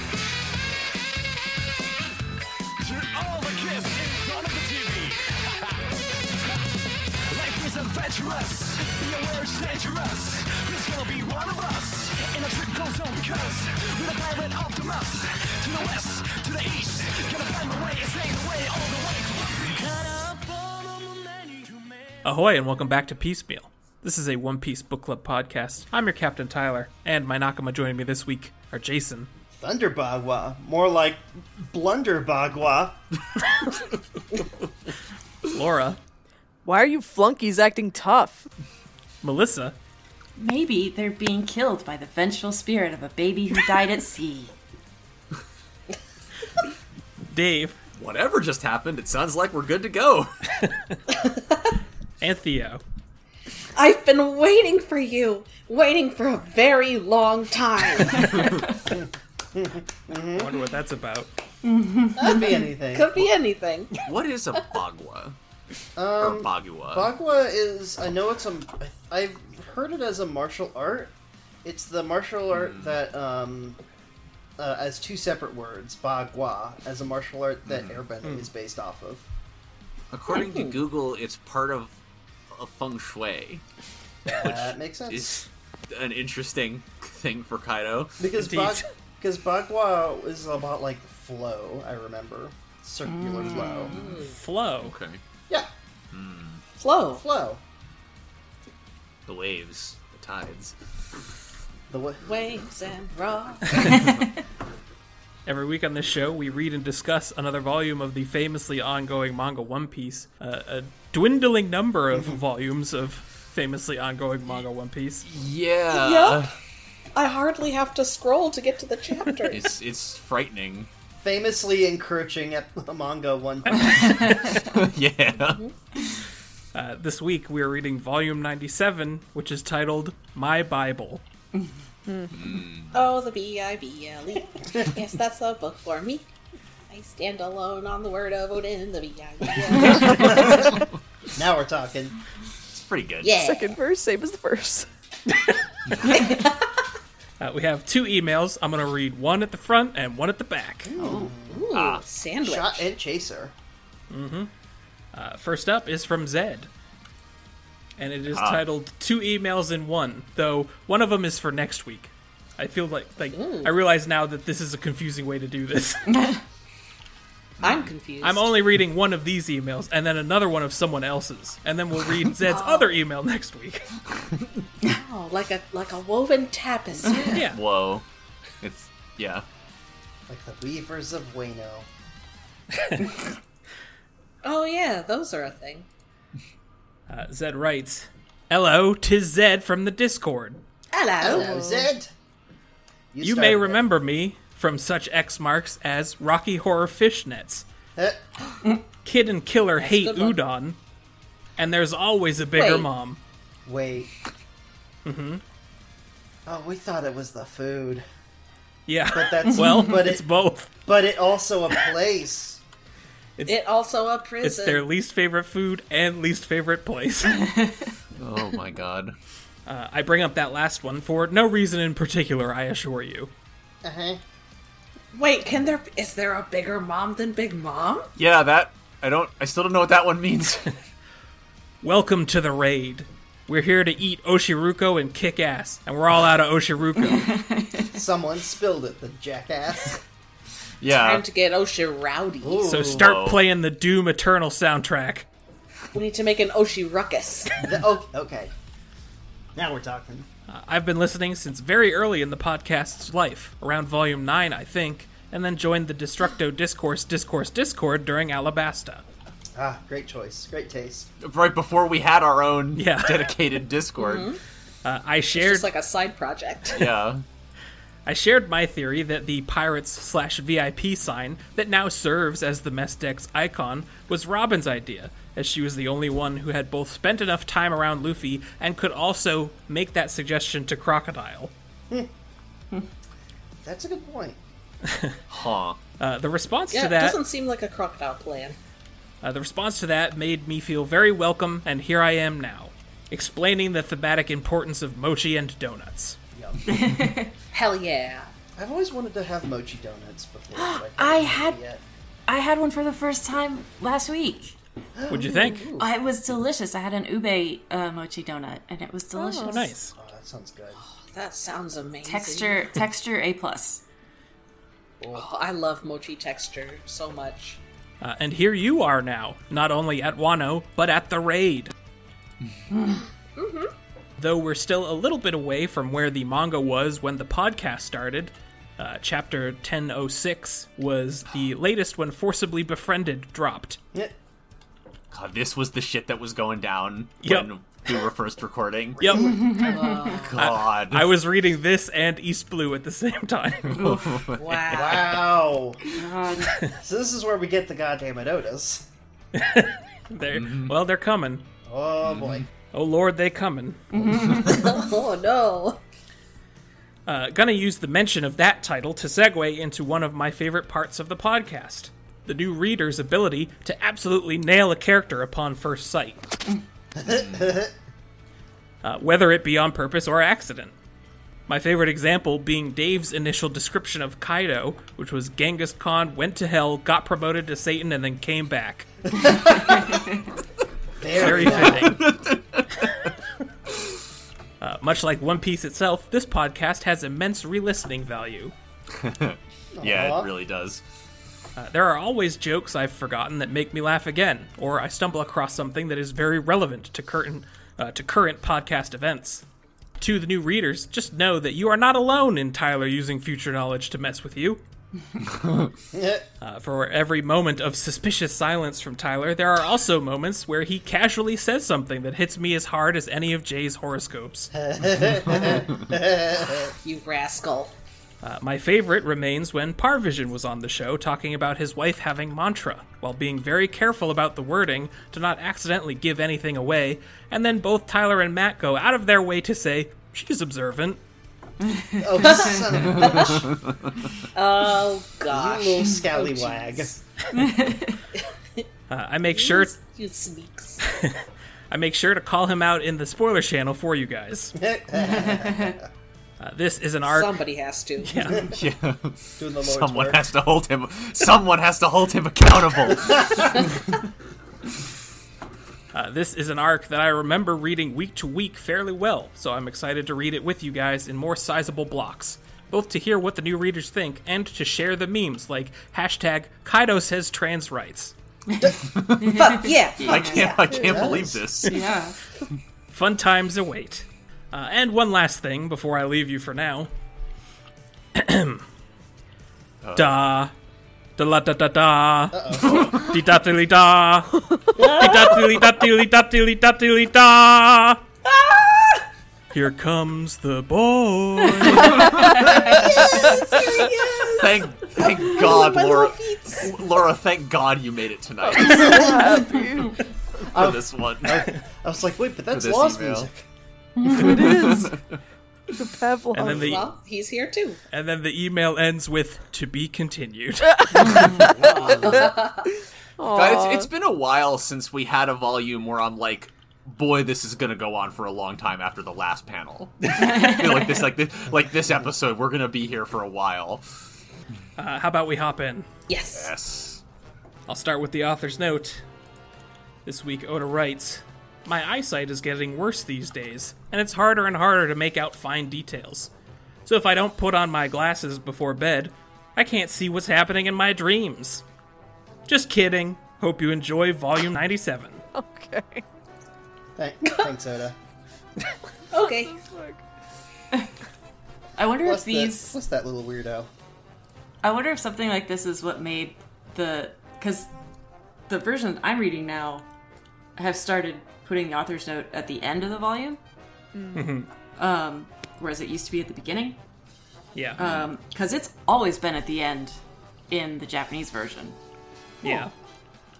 dangerous. Your marriage dangerous. There's gonna be one of us. And the trip goes on because we're the pirate Optimus. To the west, to the east. Gonna find the way, it's ain't the way, all the way to one piece. Ahoy, and welcome back to Piecemeal. This is a One Piece Book Club podcast. I'm your captain, Tyler, and my Nakama joining me this week are Jason. Thunderbagua, more like Blunderbagua. Laura, Why are you flunkies acting tough? Melissa, Maybe they're being killed by the vengeful spirit of a baby who died at sea. Dave, Whatever just happened, it sounds like we're good to go. and Theo. I've been waiting for you, waiting for a very long time. Wonder what that's about. Could be anything. Could be anything. What is a bagua? or bagua? Bagua is, I know it's a, I've heard it as a martial art. It's the martial art that, um, uh, as two separate words, Bagua, as a martial art that airbending is based off of. According to Google, it's part of a feng shui. That makes sense. Is an interesting thing for Kaido. because Indeed. bag, because Bagua is about like flow. I remember circular flow. Flo. Okay. Yeah, Flow. flow. The waves, the tides. The wa- Waves and rock. Every week on this show, we read and discuss another volume of the famously ongoing manga One Piece, uh, a dwindling number of volumes of famously ongoing manga One Piece. Yeah. Yup. I hardly have to scroll to get to the chapters. It's it's frightening. famously encouraging at the manga one. yeah. Mm-hmm. Uh, this week, we are reading volume 97, which is titled My Bible. Oh, the B I B L E. Yes, that's a book for me. I stand alone on the word of Odin, the B I B L E. now we're talking. It's pretty good. Yeah. Second verse, same as the first. Uh, we have two emails. I'm going to read one at the front and one at the back. Ooh, Ah. sandwich. Shot and chaser. Uh, first up is from Zed. And it Ah. is titled Two Emails in One, though one of them is for next week. I feel like, like I realize now that this is a confusing way to do this. I'm confused. I'm only reading one of these emails and then another one of someone else's. And then we'll read Zed's other email next week. oh, like a like a woven tapestry. Yeah. Whoa. It's yeah. Like the Weavers of Wano. oh yeah, those are a thing. Uh, Zed writes Hello, tis Zed from the Discord. Hello. Hello, Zed. You started may it. remember me from such X marks as Rocky Horror Fishnets, Eh, Kid and Killer Hate good one. Udon, and There's Always a Bigger Wait. Mom. wait. Mm-hmm. Oh, we thought it was the food, Yeah. but that's well, but it's it, both. but it also a place. It also a prison. It's their least favorite food and least favorite place. Oh my god. I bring up that last one for no reason in particular, I assure you. Uh huh. Wait, can there is there a bigger mom than Big Mom? Yeah, that I don't I still don't know what that one means. Welcome to the raid. We're here to eat Oshiruko and kick ass, and we're all out of Oshiruko. Someone spilled it. The jackass. yeah. Time to get Oshi rowdy. so Ooh. start Whoa. playing the Doom Eternal soundtrack. We need to make an Oshi ruckus. The- oh, okay. Now we're talking. I've been listening since very early in the podcast's life, around volume 9, I think, and then joined the Destructo Discourse Discourse Discord during Alabasta. Ah, great choice. Great taste. right before we had our own Yeah. dedicated Discord. Mm-hmm. Uh, I shared Just like a side project. Yeah. I shared my theory that the pirates slash VIP sign that now serves as the mess deck's icon was Robin's idea, as she was the only one who had both spent enough time around Luffy and could also make that suggestion to Crocodile. That's a good point. Huh. Uh, the response Yeah, to it that, doesn't seem like a crocodile plan. uh, the response to that, made me feel very welcome, and here I am now, explaining the thematic importance of mochi and donuts. Hell yeah. I've always wanted to have mochi donuts before. but I, I haven't had- yet. I had one for the first time last week. What'd you think? Oh, it was delicious. I had an ube uh, mochi donut, and it was delicious. Oh, nice. Oh, that sounds good. That sounds amazing. Texture, texture, a plus. Oh, I love mochi texture so much. Uh, and here you are now, not only at Wano, but at the raid. Though we're still a little bit away from where the manga was when the podcast started, uh, chapter 1006 was the latest when Forcibly Befriended dropped. Yeah. God, this was the shit that was going down Yep. when we were first recording. Yep, God. I was reading this and East Blue at the same time. Wow. Wow. God. So this is where we get the goddamn Otis. they're, Well, they're coming. Mm-hmm. Oh boy. Oh lord, they coming. oh no. Uh, gonna use the mention of that title to segue into one of my favorite parts of the podcast the new reader's ability to absolutely nail a character upon first sight. Uh, whether it be on purpose or accident. My favorite example being Dave's initial description of Kaido, which was Genghis Khan went to hell, got promoted to Satan, and then came back. Very Very good. fitting. Uh, much like One Piece itself, this podcast has immense re listening value. yeah, Uh-huh. Aw. it really does. Uh, There are always jokes I've forgotten that make me laugh again, or I stumble across something that is very relevant to current uh, to current podcast events. To the new readers, just know that you are not alone in Tyler using future knowledge to mess with you. Yeah. Uh, for every moment of suspicious silence from Tyler, there are also moments where he casually says something that hits me as hard as any of Jay's horoscopes. You rascal. Uh, my favorite remains when Parvision was on the show talking about his wife having mantra, while being very careful about the wording to not accidentally give anything away, and then both Tyler and Matt go out of their way to say, she's observant. Oh, son of a Oh you gosh. little Oh, scallywag. Uh, I make sure You sneaks. I make sure to call him out in the spoiler channel for you guys. Uh, this is an arc. Somebody has to. Yeah. Doing the Lord's Someone work. has to hold him. Someone has to hold him accountable. Uh, this is an arc that I remember reading week to week fairly well, so I'm excited to read it with you guys in more sizable blocks, both to hear what the new readers think and to share the memes like hashtag Kaido says trans rights. Fuck yeah. I can't. I can't believe this. Yeah. Fun times await. Uh, and one last thing before I leave you for now. da, da la da da da, di da dilly da, di da dilly da dilly da dilly da dilly da. Here comes the boy. Thank, thank God, My Laura. little feet. Laura, thank God you made it tonight for this one. I was like, wait, but that's this lost email. music. it is. The Pavlov. And then the Well, he's here too. and then the email ends with "to be continued." God, it's, it's been a while since we had a volume where I'm like, boy, this is gonna go on for a long time after the last panel. I feel like this, like this, like this episode, we're gonna be here for a while. Uh, how about we hop in? Yes. Yes. I'll start with the author's note. This week, Oda writes My eyesight is getting worse these days, and it's harder and harder to make out fine details. So if I don't put on my glasses before bed, I can't see what's happening in my dreams. Just kidding. Hope you enjoy volume 97. okay. Thank- Thanks, Oda. Okay. I wonder What's that, if these. what's that little weirdo? I wonder if something like this is what made the because the version I'm reading now have started putting the author's note at the end of the volume, Mm-hmm. um, whereas it used to be at the beginning. Yeah. Uh, Because Um, it's always been at the end in the Japanese version, yeah.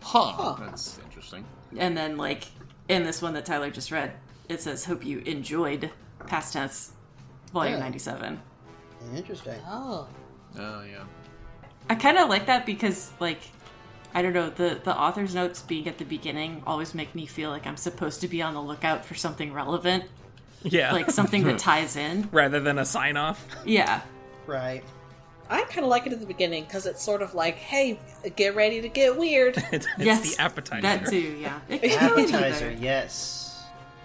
Huh. That's interesting. and then like in this one that Tyler just read, it says "Hope you enjoyed past tense, volume Yeah. 97." Interesting. Oh. Oh yeah. I kind of like that because, like, I don't know, the the author's notes being at the beginning always make me feel like I'm supposed to be on the lookout for something relevant, Yeah. like something that ties in. Rather than a sign off. Yeah, Right. I kind of like it at the beginning because it's sort of like, hey, get ready to get weird. It's, it's yes, the appetizer. That too, yeah. It could really be Appetizer, better. yes.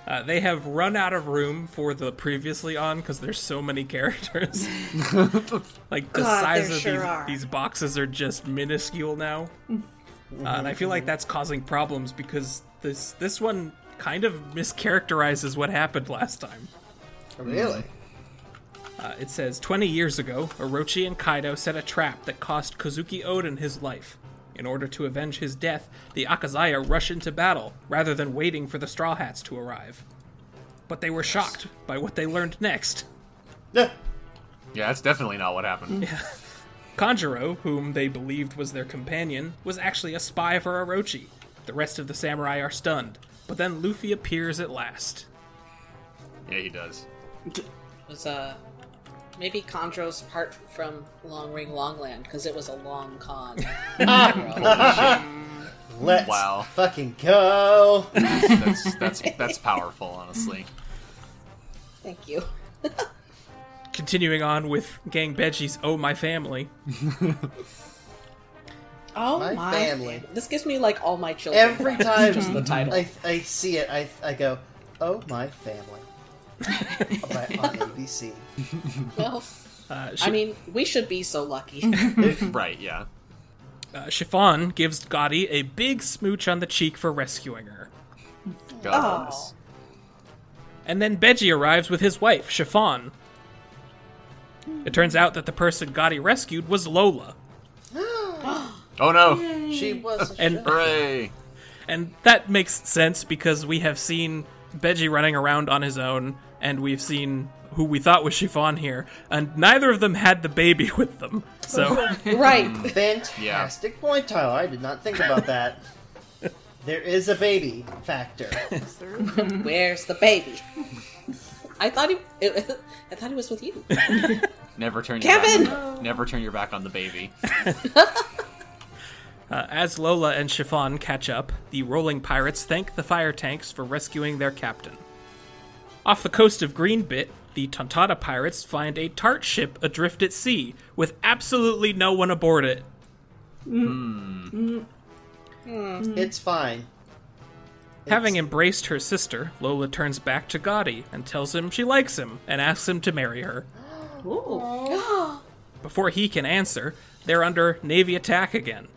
Uh, they have run out of room for the previously on because there's so many characters. like the God, size there of sure these, are. these boxes are just minuscule now, uh, and I feel like that's causing problems because this this one kind of mischaracterizes what happened last time. Hmm. Really? Uh, it says 20 years ago, Orochi and Kaido set a trap that cost Kazuki Oden his life. In order to avenge his death, the Akazaya rush into battle rather than waiting for the Straw Hats to arrive. But they were shocked by what they learned next. Yeah. Yeah, that's definitely not what happened. Kanjuro, whom they believed was their companion, was actually a spy for Orochi. The rest of the samurai are stunned, but then Luffy appears at last. Yeah, he does. It was uh, maybe Condro's part from Long Ring Long Land because it was a long con. Let's Wow. fucking go. That's that's that's powerful, honestly. Thank you. Continuing on with Gang Beji's Oh My Family, Oh My my, family. This gives me like all my children. Every vibes, time just the title. I, I see it, I, I go, oh my family. By- on ABC. Well, uh, I Shi- mean, we should be so lucky. Right, yeah. uh, Chiffon gives Gotti a big smooch on the cheek for rescuing her. God Oh. bless. And then Beji arrives with his wife, Chiffon. It turns out that the person Gotti rescued was Lola, Oh no! She Oh, was a And- Hooray! And that makes sense because we have seen Benji running around on his own, and we've seen who we thought was Chiffon here, and neither of them had the baby with them. So right. fantastic point, Tyler. I did not think about that. there is a baby factor. Where's the baby? I thought he. I thought he was with you. Never turn Kevin! your back. Never turn your back on the baby. uh, as Lola and Chiffon catch up, the rolling pirates thank the fire tanks for rescuing their captain. Off the coast of Greenbit, the Tontata pirates find a tart ship adrift at sea with absolutely no one aboard it. it's fine. Having embraced her sister, Lola turns back to Gotti and tells him she likes him and asks him to marry her. Before he can answer, they're under Navy attack again.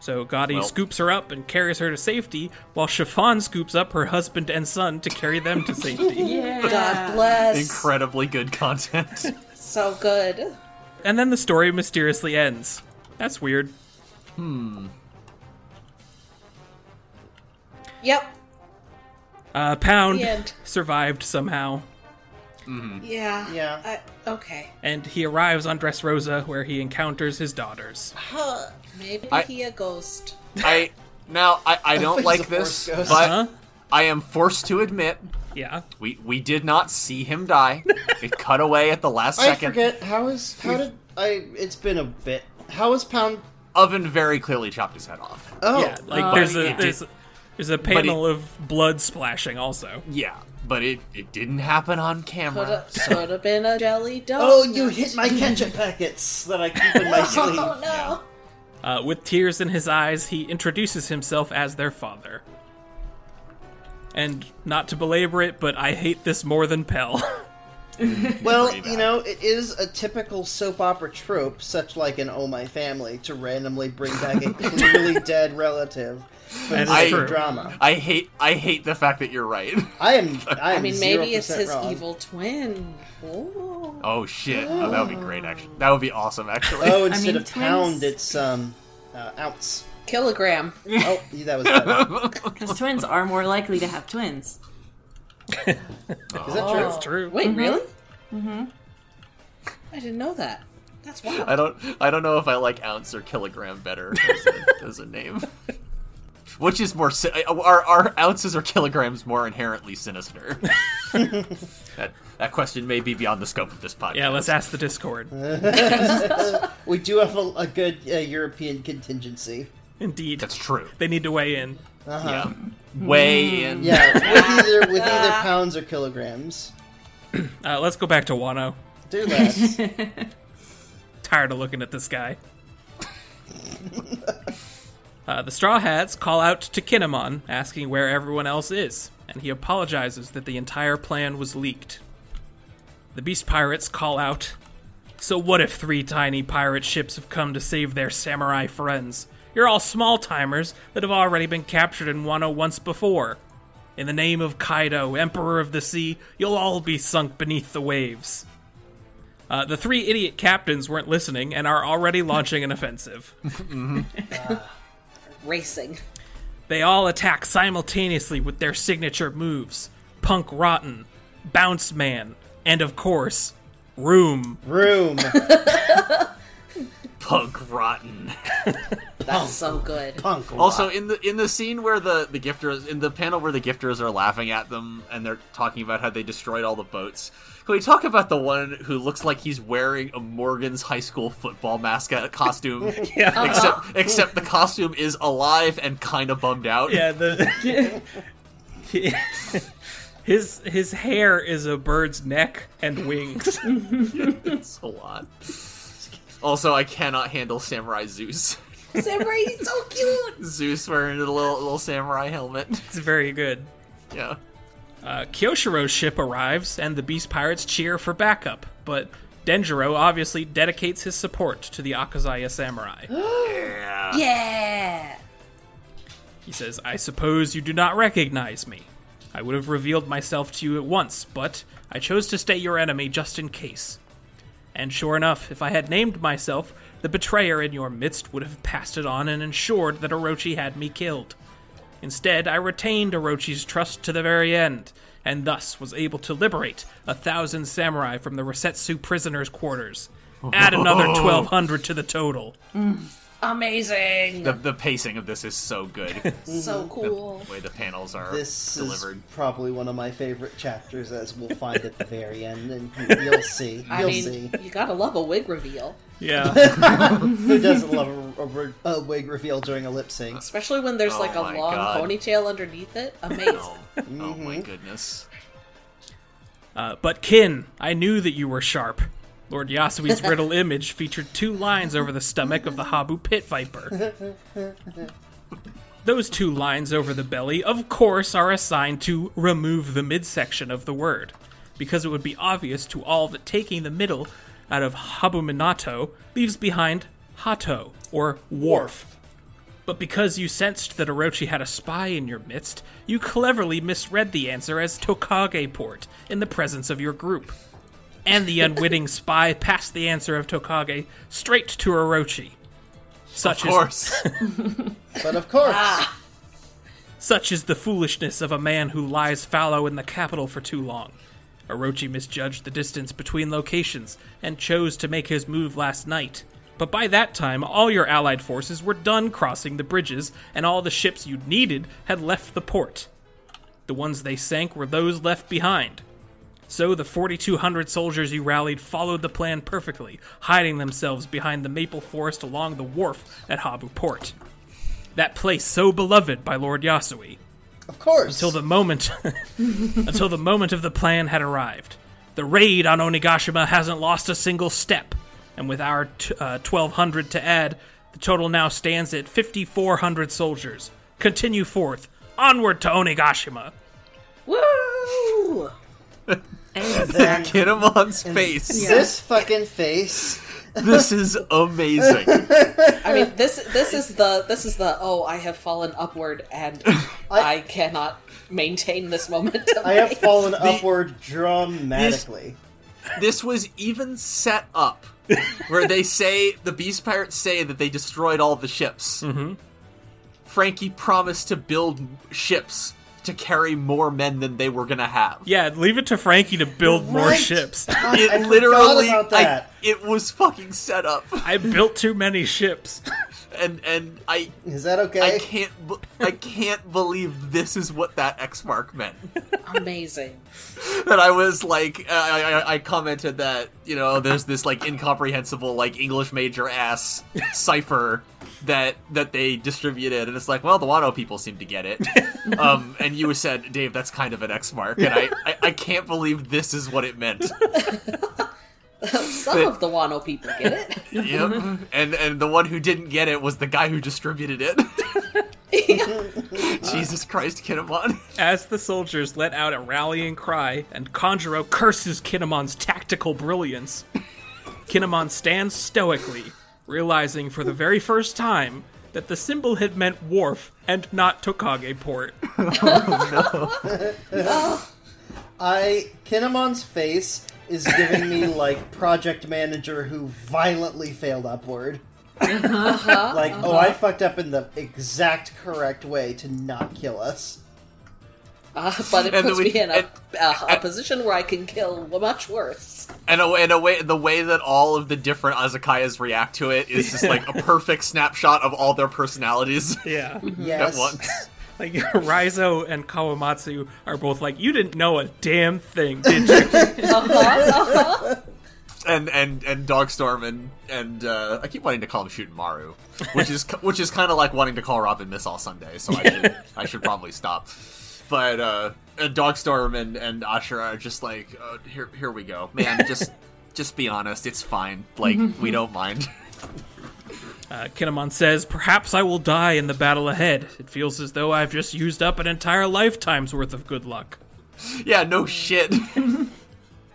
So Gotti Well. scoops her up and carries her to safety, while Chiffon scoops up her husband and son to carry them to safety. Yeah. God bless. Incredibly good content. So good. And then the story mysteriously ends. That's weird. Yep. Uh, Pound The end. survived somehow, Yeah. Yeah. I, okay. and he arrives on Dressrosa where he encounters his daughters. Huh. Maybe I- he a ghost. I now I, I don't He's a like forest this, ghost. but Huh? I am forced to admit Yeah. we we did not see him die. It cut away at the last I second. forget how is how did I? It's been a bit. How is Pound? Oven very clearly chopped his head off. Oh, Yeah, like Oh, there's yeah. a there's, there's a it- panel of blood splashing also. Yeah, but it it didn't happen on Could camera. have, could have been a jelly donut. oh, you hit my ketchup packets that I keep in my Oh sleeve. no. Uh, with tears in his eyes, he introduces himself as their father. And not to belabor it, but I hate this more than Pell. Well, Pretty bad. you know, it is a typical soap opera trope, such like an "Oh My Family," to randomly bring back a clearly dead relative for the That is sake true. of drama. I hate I hate the fact that you're right. I am. I, am I mean, maybe it's 0% his wrong. evil twin. Ooh. Oh shit! Oh, that would be great. Actually, that would be awesome. Actually, Oh, instead mean, of pound, twins- it's um, uh, ounce. Kilogram. Oh, that was better. Because twins are more likely to have twins. Is that true? That's true. Wait, really? Mm-hmm. I didn't know that. That's wild. I don't I don't know if I like ounce or kilogram better as a, as a name. Which is more si- uh, are are ounces or kilograms more inherently sinister? that that question may be beyond the scope of this podcast. Yeah, let's ask the Discord. We do have a, a good uh, European contingency. Indeed. That's true. They need to weigh in. Yeah. Way in. Yeah, with either with either pounds or kilograms. Uh, let's go back to Wano. Do that. tired of looking at this guy. Uh, the Straw Hats call out to Kinemon, asking where everyone else is, and he apologizes that the entire plan was leaked. The Beast Pirates call out So, what if three tiny pirate ships have come to save their samurai friends? You're all small timers that have already been captured in Wano once before. In the name of Kaido, Emperor of the Sea, you'll all be sunk beneath the waves. Uh, the three idiot captains weren't listening and are already launching an offensive. Racing. They all attack simultaneously with their signature moves Punk Rotten, Bounce Man, and of course, Room. Room. Punk rotten. Oh. That's so good. Punk. Also, in the in the scene where the the gifters in the panel where the gifters are laughing at them and they're talking about how they destroyed all the boats. Can we talk about the one who looks like he's wearing a Morgan's high school football mascot costume? yeah. Except except the costume is alive and kind of bummed out. Yeah, the. his, his hair is a bird's neck and wings. It's a lot. Also, I cannot handle Samurai Zeus. Samurai, he's so cute. Zeus wearing a little little samurai helmet. It's very good. Yeah. Uh, Kyoshiro's ship arrives, and the Beast Pirates cheer for backup, but Denjiro obviously dedicates his support to the Akazaya Samurai. Yeah. He says, I suppose you do not recognize me. I would have revealed myself to you at once, but I chose to stay your enemy just in case. And sure enough, if I had named myself, the betrayer in your midst would have passed it on and ensured that Orochi had me killed. Instead, I retained Orochi's trust to the very end, and thus was able to liberate a thousand samurai from the Resetsu prisoners' quarters. Add another 1,200 to the total. Amazing. The, the pacing of this is so good. so cool. the way the panels are This delivered. is probably one of my favorite chapters, as we'll find at the very end, and you- you'll see. You'll I mean, see. you gotta love a wig reveal, Yeah. Who doesn't love a, a re- a wig reveal during a lip sync? especially when there's Oh like a my long God. ponytail underneath it. Amazing. Oh, oh my goodness. Uh, but Kin, I knew that you were sharp. Lord Yasui's riddle image featured two lines over the stomach of the Habu pit viper. Those two lines over the belly, of course, are assigned to remove the midsection of the word, because it would be obvious to all that taking the middle out of Habuminato leaves behind Hato, or wharf. But because you sensed that Orochi had a spy in your midst, you cleverly misread the answer as Tokage port in the presence of your group. And the unwitting spy passed the answer of Tokage straight to Orochi. Such Of is course. But of course, Such is the foolishness of a man who lies fallow in the capital for too long. Orochi misjudged the distance between locations and chose to make his move last night. But by that time, all your allied forces were done crossing the bridges, and all the ships you needed had left the port. The ones they sank were those left behind. So the 4,200 soldiers you rallied followed the plan perfectly, hiding themselves behind the maple forest along the wharf at Habu Port. That place so beloved by Lord Yasui of course. until the moment until the moment of the plan had arrived. The raid on Onigashima hasn't lost a single step, and with our t- uh, 1200 to add, the total now stands at 5400 soldiers. Continue forth, onward to Onigashima. Woo! Get him on space. this fucking face. This is amazing. I mean, this this is the this is the oh, I have fallen upward and I, cannot maintain this momentum. I have fallen upward dramatically. this was even set up where they say the beast pirates say that they destroyed all the ships frankie promised to build ships to carry more men than they were gonna have Yeah, leave it to Frankie to build more Right. ships. God, I it forgot literally about I- that. it was fucking set up I built too many ships. and and i Is that I okay? can't, b- I can't believe this is what that X mark meant. Amazing. that I was like, I, I, I commented that you know, there's this like incomprehensible like English major ass cipher that that they distributed, and it's like, well, the Wano people seem to get it. um, and you said, Dave, that's kind of an X mark, and I, I, I can't believe this is what it meant. Some of the Wano people get it. Yep. and and the one who didn't get it was the guy who distributed it. Jesus Christ, Kinemon. As the soldiers let out a rallying cry, and Conjuro curses Kinemon's tactical brilliance, Kinemon stands stoically, realizing for the very first time that the symbol had meant wharf and not Tokage port. I Kinemon's face is giving me like project manager who violently failed upward. like, oh, I fucked up in the exact correct way to not kill us. Uh, but it And puts we- me in a, and- a, a position where I can kill much worse. And a, and a way, the way that all of the different Azakayas react to it is just like a perfect snapshot of all their personalities. Yeah. Yes. once. Like, Raizo and Kawamatsu are both like, You didn't know a damn thing, did you? And and and Dogstorm and and uh, I keep wanting to call him Shooting Maru, which is which is kind of like wanting to call Robin Miss all Sunday. So I should I should probably stop. But uh, and Dogstorm and and Asher are just like uh, here here we go, man. Just just be honest, it's fine. Like we don't mind. Uh, Kinemon says, Perhaps I will die in the battle ahead. It feels as though I've just used up an entire lifetime's worth of good luck. yeah, no shit.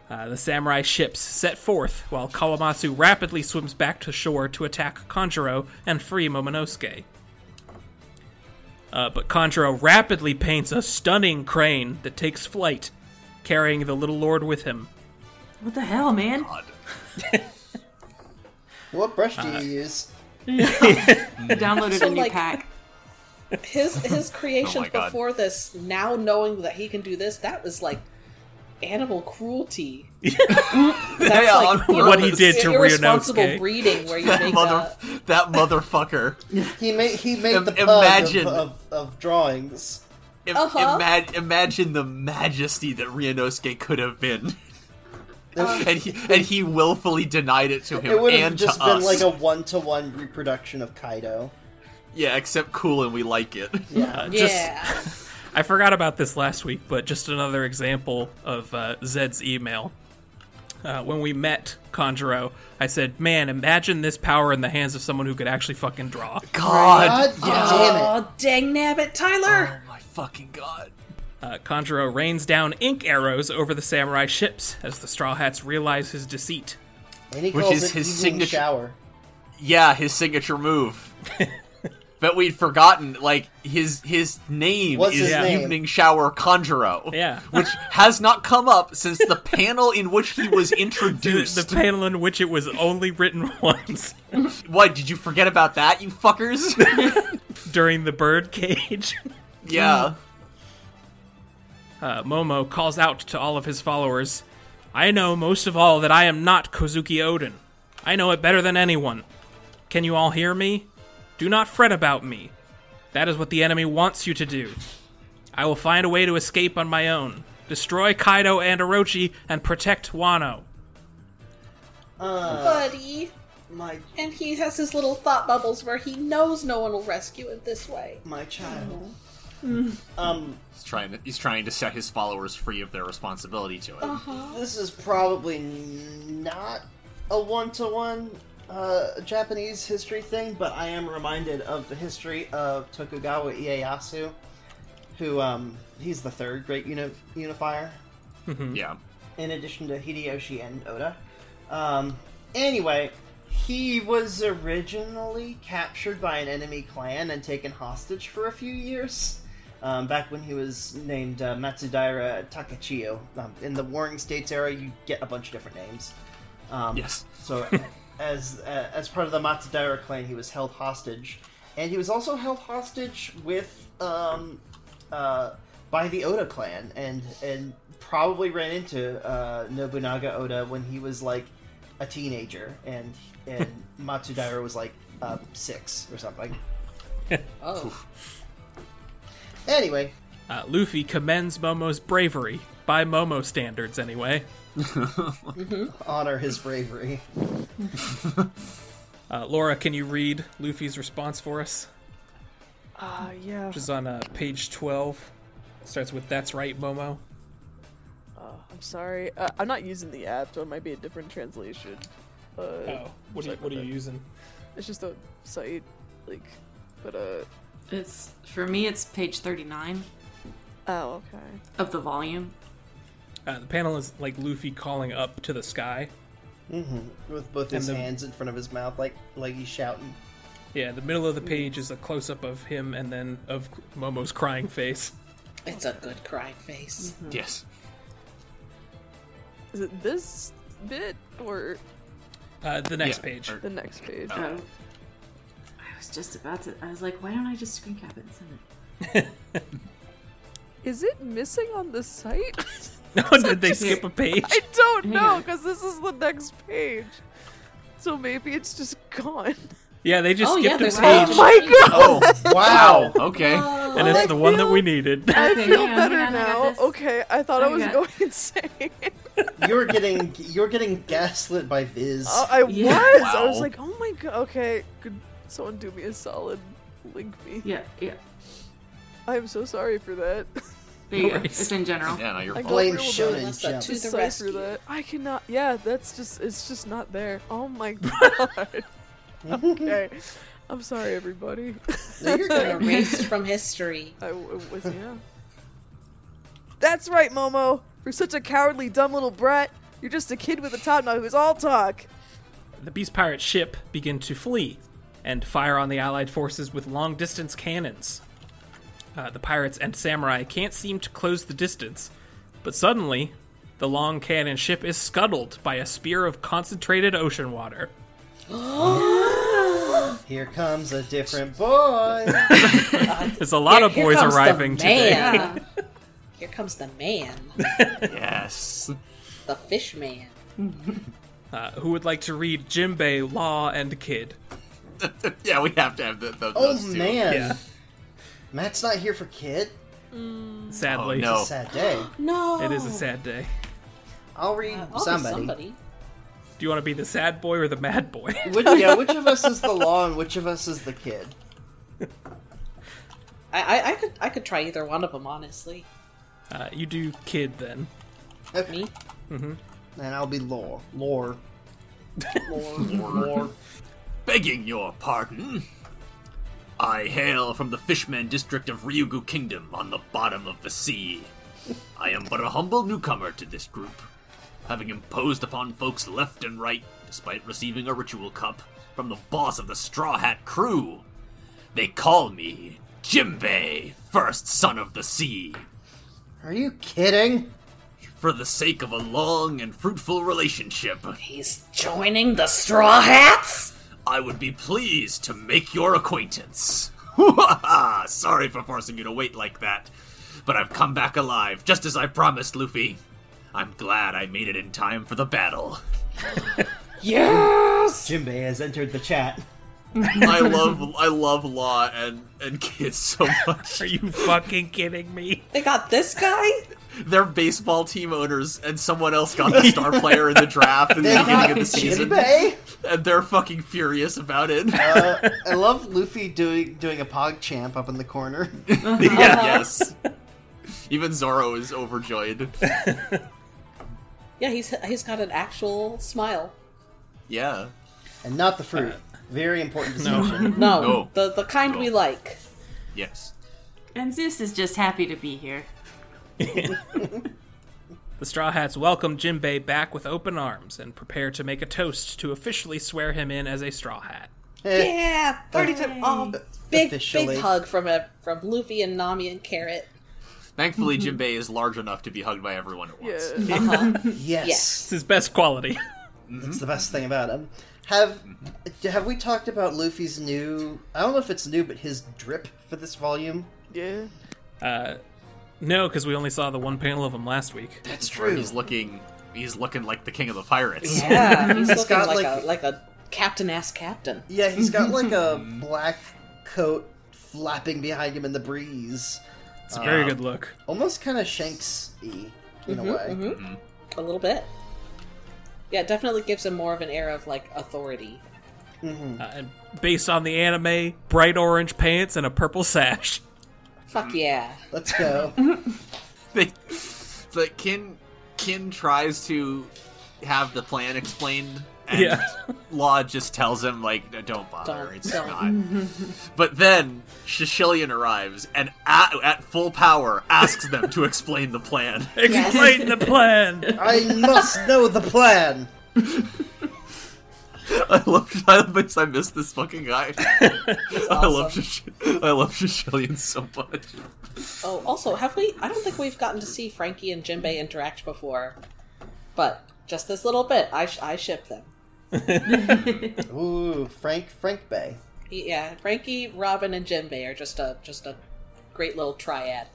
Uh, the samurai ships set forth, while Kawamatsu rapidly swims back to shore to attack Kanjuro and free Momonosuke. Uh, but Kanjuro rapidly paints a stunning crane that takes flight, carrying the little lord with him. What the hell, man? What brush do you Uh, use? I downloaded So, a new like- pack. His his creation Oh my God. before this, now knowing that he can do this, that was like animal cruelty. That's Yeah, like on you know, What he did to irresponsible Ryunosuke. breeding, where you that make mother a, that motherfucker. He made he made Im- the pug imagine. of, of, of drawings. Im- Uh-huh. ima- imagine the majesty that Ryanosuke could have been. and he and he willfully denied it to him It would have and to just been us. like a one to one reproduction of Kaido. Yeah, except cool and we like it. Uh, just- yeah. I forgot about this last week, but just another example of uh, Zed's email. Uh, when we met Kanjuro, I said, Man, imagine this power in the hands of someone who could actually fucking draw. God, Oh God damn it! Oh dang nabbit, Tyler! my fucking god. Uh, Conjuro rains down ink arrows over the samurai ships as the Straw Hats realize his deceit. And he Which calls is it his evening signature- shower. Yeah, his signature move. But we'd forgotten, like his his name What's is his name? Evening Shower Conjuro, Yeah. which has not come up since the panel in which he was The, introduced. the panel in which it was only written once What did you forget about that, you fuckers? during the bird cage. yeah. Uh, Momo calls out to all of his followers I know most of all that I am not Kozuki Odin. I know it better than anyone. Can you all hear me? Do not fret about me. That is what the enemy wants you to do. I will find a way to escape on my own. Destroy Kaido and Orochi and protect Wano. Buddy. My And he has his little thought bubbles where he knows no one will rescue it this way. my child. Um, He's trying to, he's trying to set his followers free of their responsibility to it. this is probably not a one to one Japanese history thing, but I am reminded of the history of Tokugawa Ieyasu, who um, he's the third great uni- unifier Yeah. in addition to Hideyoshi and Oda. Um, anyway, he was originally captured by an enemy clan and taken hostage for a few years. Um, back when he was named uh, Matsudaira Takachiyo. Um, in the Warring States era, you get a bunch of different names. Um, Yes. So, as uh, as part of the Matsudaira clan, he was held hostage, and he was also held hostage with um, uh, by the Oda clan, and and probably ran into uh, Nobunaga Oda when he was like a teenager, and and Matsudaira was like uh, six or something. Oh. Anyway, Uh, Luffy commends Momo's bravery, by Momo standards anyway. honor his bravery. Uh, Laura, can you read Luffy's response for us? Ah, yeah. Which is on uh, page 12. Starts with, That's right, Momo. I'm I'm sorry. Uh, I'm not using the app, so it might be a different translation. Oh, Uh, what are you, sorry what are about you that. using? It's just a site, like, but uh. It's for me. It's page thirty-nine Oh, okay. of the volume. Uh, the panel is like Luffy calling up to the sky. with both his the- hands in front of his mouth, like like he's shouting. Yeah, the middle of the page is a close up of him and then of Momo's crying face. It's a good crying face. Yes. Is it this bit or Uh, the next Yeah, page. or- the next page? Oh. I was just about to. I was like, why don't I just screen cap it and send it? Is it missing on the site? No, did they skip a page? I don't know on. because this is the next page. So maybe it's just gone. Yeah, they just Oh yeah, skipped there's a page, my Oh, Wow. okay. Uh, and it's the one that we needed. I Okay, feel hang on, better hang on, I got now. this. Okay, I thought I I was got- going insane. You're getting you're getting gaslit by Viz. Oh, I Yeah. was. I was Wow. like, oh my god. Okay, could someone do me a solid? Link me. Yeah, yeah. I'm so sorry for that. There you No go. worries. It's in general. Yeah, no, you're I fine. got Blame real Shonen bad. Unless that Jump. To the Sorry for rescue. that. I cannot. Yeah, that's just. It's just not there. Oh my god. okay. I'm sorry, everybody. You're Been gonna- erased from history. I w- was yeah. That's right, Momo. For such a cowardly, dumb little brat, you're just a kid with a top knot who's all talk. The Beast Pirate ship begin to flee and fire on the Allied forces with long distance cannons. Uh, the pirates and samurai can't seem to close the distance, but suddenly, the long cannon ship is scuttled by a spear of concentrated ocean water. Here comes a different boy. Oh, There's a lot of Here boys comes the arriving today. man. Here comes the man, Yes. the fish man. Uh, who would like to read Jimbei, Law, and Kid? yeah, we have to have the, the, Oh those two. man, Yeah. Matt's not here for kid. Sadly, Oh, Sad day. No, it is a sad day. I'll read I'll be somebody. somebody. Do you want to be the sad boy or the mad boy? Which, yeah, which of us is the law and which of us is the kid? I, I, I could I could try either one of them honestly. Uh, you do Kid then. Okay. Me, And I'll be lore. Lore. Lore. Lore. Begging your pardon. I hail from the Fishman district of Ryugu Kingdom on the bottom of the sea. I am but a humble newcomer to this group, having imposed upon folks left and right despite receiving a ritual cup from the boss of the Straw Hat crew. They call me Jimbei, first son of the sea. Are you kidding? For the sake of a long and fruitful relationship, he's joining the Straw Hats. I would be pleased to make your acquaintance. Sorry for forcing you to wait like that, but I've come back alive, just as I promised, Luffy. I'm glad I made it in time for the battle. Yes. Jimbei has entered the chat. I love, I love Law and and kids so much. Are you fucking kidding me? They got this guy. Their baseball team owners and someone else got the star player in the draft in the beginning of the season, Jinbei? and they're fucking furious about it. Uh, I love Luffy doing doing a pog champ up in the corner. yes, even Zoro is overjoyed. Yeah, he's he's got an actual smile. Yeah. And not the fruit. Very important distinction. No, No. the the kind No. we like. Yes. And Zeus is just happy to be here. The Straw Hats welcome Jinbei back with open arms and prepare to make a toast to officially swear him in as a Straw Hat. Eh, Yeah, party time. Oh, big Officially. big hug from a from Luffy and Nami and Carrot. Thankfully, Jinbei is large enough to be hugged by everyone at once. Yeah. yes. It's his best quality. That's the best thing about him. Mm-hmm. Have have we talked about Luffy's new I don't know if it's new, but his drip for this volume? Yeah. no, because we only saw the one panel of him last week. That's Where he's looking, he's looking like the king of the pirates. Yeah, he's looking got, like, like- a like a captain ass captain. Yeah, he's got like a black coat flapping behind him in the breeze. It's a very good look. Almost kind of Shanks y in Mm-hmm, a way. A little bit. Yeah, it definitely gives him more of an air of like authority. Uh, and based on the anime, bright orange pants and a purple sash. Fuck yeah. Mm-hmm. Let's go. They, it's like, can Kin tries to have the plan explained, and Yeah. Law just tells him like, "No, "Don't bother, Don't- it's don't." not." but then Shishilian arrives and at, at full power asks them to explain the plan. Explain the plan. I must know the plan. I love. I miss- I miss this fucking guy. I love. Shish, I love Shishilian so much. Oh, also, have we? I don't think we've gotten to see Frankie and Jinbei interact before, but just this little bit, I, sh- I ship them. Ooh, Frank Frank Bay. Yeah, Frankie, Robin, and Jinbei are just a just a great little triad.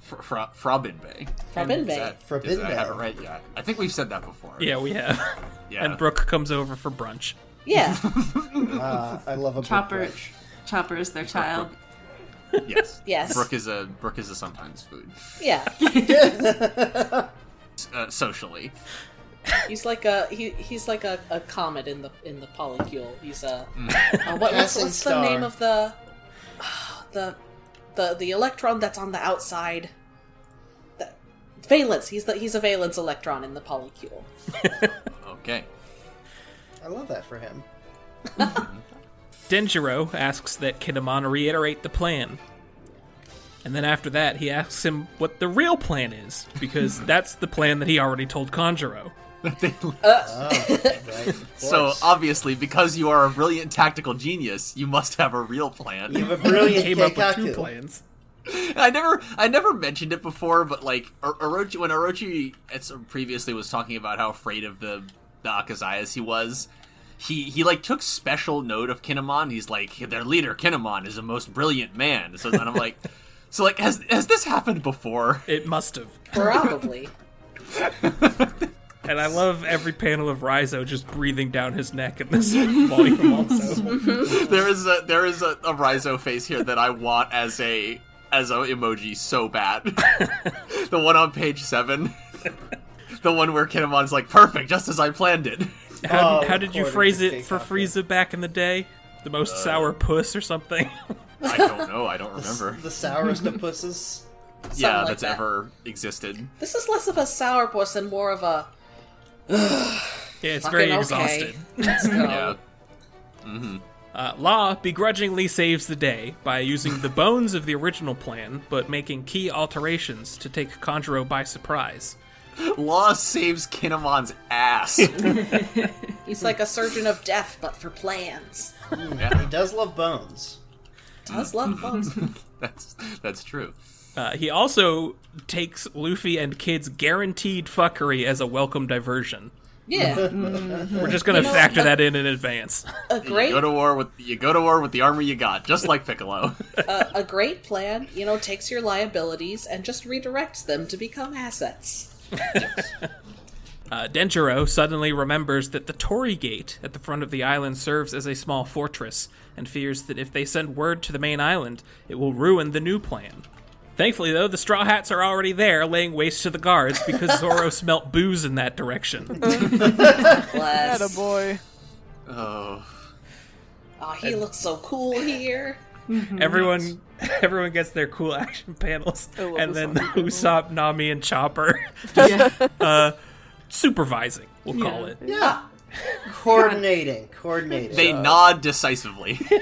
Fr- fr- Frobinbay. From Is Jinbei, that- Frobinbay. is- I have it right. Yeah, I think we've said that before. Yeah, we have. yeah. And Brooke comes over for brunch. yeah, Ah, I love a book Chopper, wench. Chopper is their child. Yes. Yes. Brooke is a Brooke is a sometimes food yeah. uh, socially. He's like a he, he's like a, a comet in the in the polycule. He's a Mm. uh, what, what's, Passing what's the star. name of the the the the electron that's on the outside? The, valence. He's the he's a valence electron in the polycule. Okay. I love that for him. Denjiro asks that Kinemon reiterate the plan. And then after that, he asks him what the real plan is, because that's the plan that he already told Conjuro. Right? of So course. obviously, because you are a brilliant tactical genius, you must have a real plan. you have a He brilliant came up with two Keikaku. plans. I never, I never mentioned it before, but like Oro- Orochi, when Orochi at some- previously was talking about how afraid of the the Akazayas he was, he he like took special note of Kinemon. He's like, their leader Kinemon is a most brilliant man. So then I'm like, so like has has this happened before? It must have. Probably. And I love every panel of Rizo just breathing down his neck in this volume also. there is a there is a, a Rizo face here that I want as a as a emoji so bad. the one on page seven. the one where Kinemon's like, perfect, just as I planned it. How, Oh, how did you according phrase to it for Keikaku. Frieza back in the day? The most sour puss or something? I don't know, I don't remember. The sourest of pusses. yeah, like that's that. ever existed. This is less of a sourpuss and more of a yeah, it's fucking very okay. exhausted. Let's go. Yeah. Uh, Law begrudgingly saves the day by using the bones of the original plan, but making key alterations to take Conjuro by surprise. Law saves Kinemon's ass. He's like a surgeon of death, but for plans. He does love bones. Does love bones. that's that's true. Uh, he also takes Luffy and Kid's guaranteed fuckery as a welcome diversion. Yeah, We're just gonna You know, factor uh, that in in advance. a You great go to war with you go to war with the armor you got, just like Piccolo. a, a great plan, you know, takes your liabilities and just redirects them to become assets. Uh, Denjiro suddenly remembers that the Torii Gate at the front of the island serves as a small fortress, and fears that if they send word to the main island, it will ruin the new plan. Thankfully, though, the Straw Hats are already there, laying waste to the guards because Zoro smelt booze in that direction. Bless. Atta boy. oh. Aw, oh, he looks so cool here. everyone, everyone gets their cool action panels, love and this then one. Usopp, Nami, and Chopper Yeah. supervising. We'll call Yeah. it. Yeah. Coordinating. Coordinating. uh, They nod decisively. I,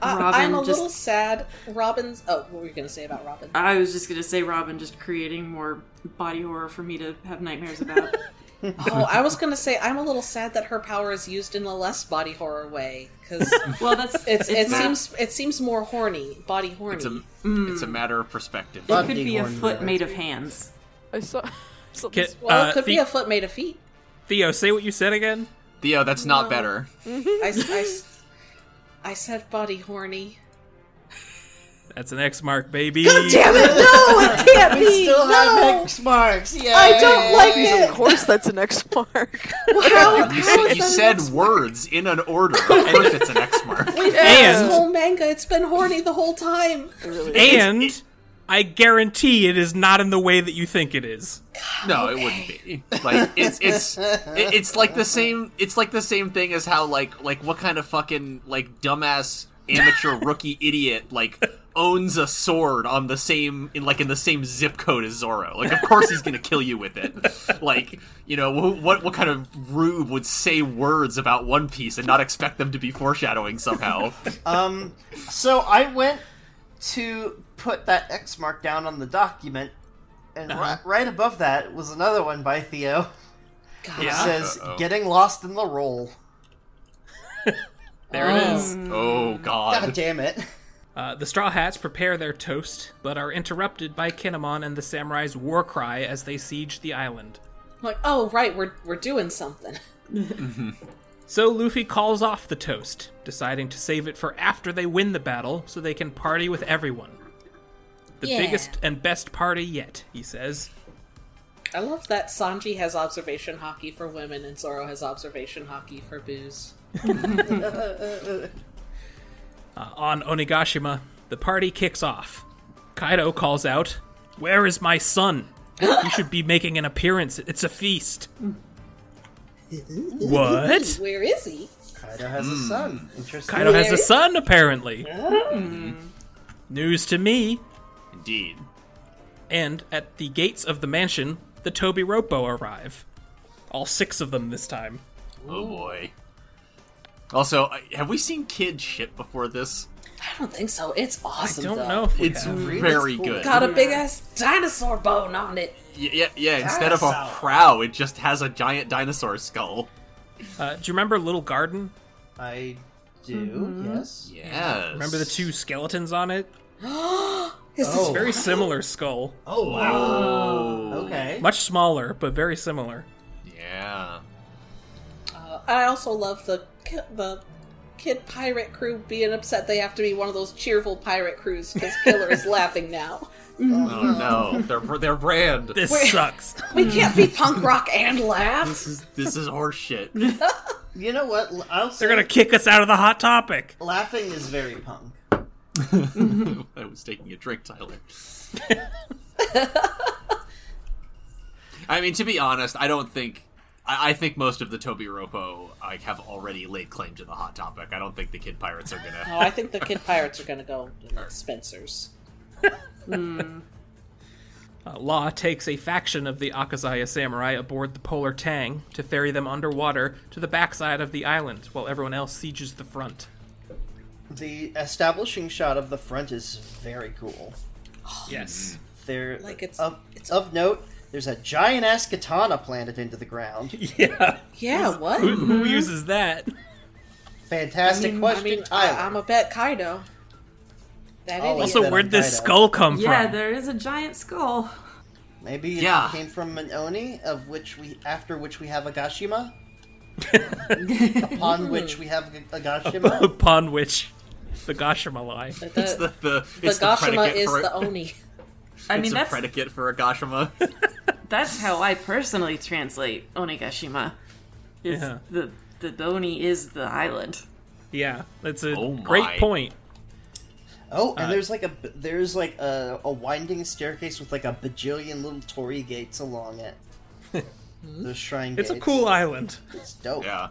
Robin Uh, I'm a just- Ah. little sad. Robin's. Oh, what were you going to say about Robin? I was just gonna say Robin just creating more body horror for me to have nightmares about. Oh, I was going to say I'm a little sad that her power is used in a less body horror way because well, that's it's, it not- seems it seems more horny, body horny. It's a, it's Hmm. a matter of perspective. it Body could be a horror. foot made of hands. I saw. saw Ki- this- well, uh, Oh, it could be The- a foot made of feet. Theo, say what you said again. Theo, that's not better. I, s- I s- I said body horny. That's an X mark, baby. Damn it! No, it can't We be. still no, have X marks. Yeah. I don't like Of it. course, that's an X mark. How, You, said- how is you that an said words in an order. Of course, it's an X mark. And- this whole manga. It's been horny the whole time. And I guarantee it is not in the way that you think it is. No, it wouldn't be. Like it's it's it- it's like the same. It's like the same thing as how like like what kind of fucking like dumbass amateur rookie idiot like owns a sword on the same in like in the same zip code as Zorro. Like, of course he's gonna kill you with it. Like, you know, wh- what what kind of rube would say words about One Piece and not expect them to be foreshadowing somehow? Um, so I went to put that X mark down on the document, and ri- Uh-huh. right, above that was another one by Theo. It Yeah? says, Uh-oh. "Getting lost in the role." There it is. Oh God God. damn it! Uh, the Straw Hats prepare their toast, but are interrupted by Kinemon and the samurai's war cry as they siege the island. I'm like, oh right, we're we're doing something. So Luffy calls off the toast, deciding to save it for after they win the battle so they can party with everyone. The Yeah. biggest and best party yet, he says. I love that Sanji has observation hockey for women and Zoro has observation hockey for booze. Uh, on Onigashima, the party kicks off. Kaido calls out, Where is my son? He should be making an appearance. It's a feast. what? Where is he? Kaido has Hmm. a son. Interesting. Kaido has a son, apparently. News to me. Indeed. And at the gates of the mansion, the Toby Ropo arrive. All six of them this time. Oh boy. Also, I- have we seen Kid shit before this? I don't think so. It's I awesome. don't though. know if we It's have. very good. Got a big ass dinosaur bone on it. Y- Yeah, yeah. Instead of a prow, it just has a giant dinosaur skull. Uh, do you remember Little Garden? I do. Yes. Yes. Remember the two skeletons on it? Is this Oh. Very similar skull. Oh wow. Oh. Okay. Much smaller, but very similar. Yeah. Uh, I also love the ki- the kid pirate crew being upset they have to be one of those cheerful pirate crews because Killer is laughing now. Uh, Oh no, their their brand. This Wait. sucks. We can't be punk rock and laugh. This is this is horseshit. You know what? L- I'll say They're gonna kick us out of the hot topic. laughing is very punk. I was taking a drink, Tyler. I mean, to be honest, I don't think. I, I think most of the Toby Ropo like have already laid claim to the hot topic. I don't think the Kid Pirates are No, gonna. I think the kid pirates are gonna go to the Spencer's. Uh, Law takes a faction of the Akazaya samurai aboard the Polar Tang to ferry them underwater to the backside of the island while everyone else sieges the front. The establishing shot of the front is very cool. Yes. There, Like, it's- Um, of, it's of note. There's a giant ass katana planted into the ground. Yeah. Yeah, what? Who, who uses that? Fantastic I question, Oh. mean, Tyler. I, am a bet Kaido. That I'll idiot. also- So Then where'd this Kaido. skull come Yeah, from? there is a giant skull. Maybe it Yeah. came from an oni, of which we after which we have Agashima, upon which we have Agashima. Upon which the Gashima lie. the, It's the, the, the it's the Gashima predicate is for the Oni. I it's mean, a that's predicate for a Gashima. that's how I personally translate Onigashima. Is Yeah. the the Oni is the island. Yeah, that's a Oh my. great point. oh, and there's like a b- there's like a, a winding staircase with like a bajillion little torii gates along it. the shrine. It's a gates. cool island. It's dope. yeah.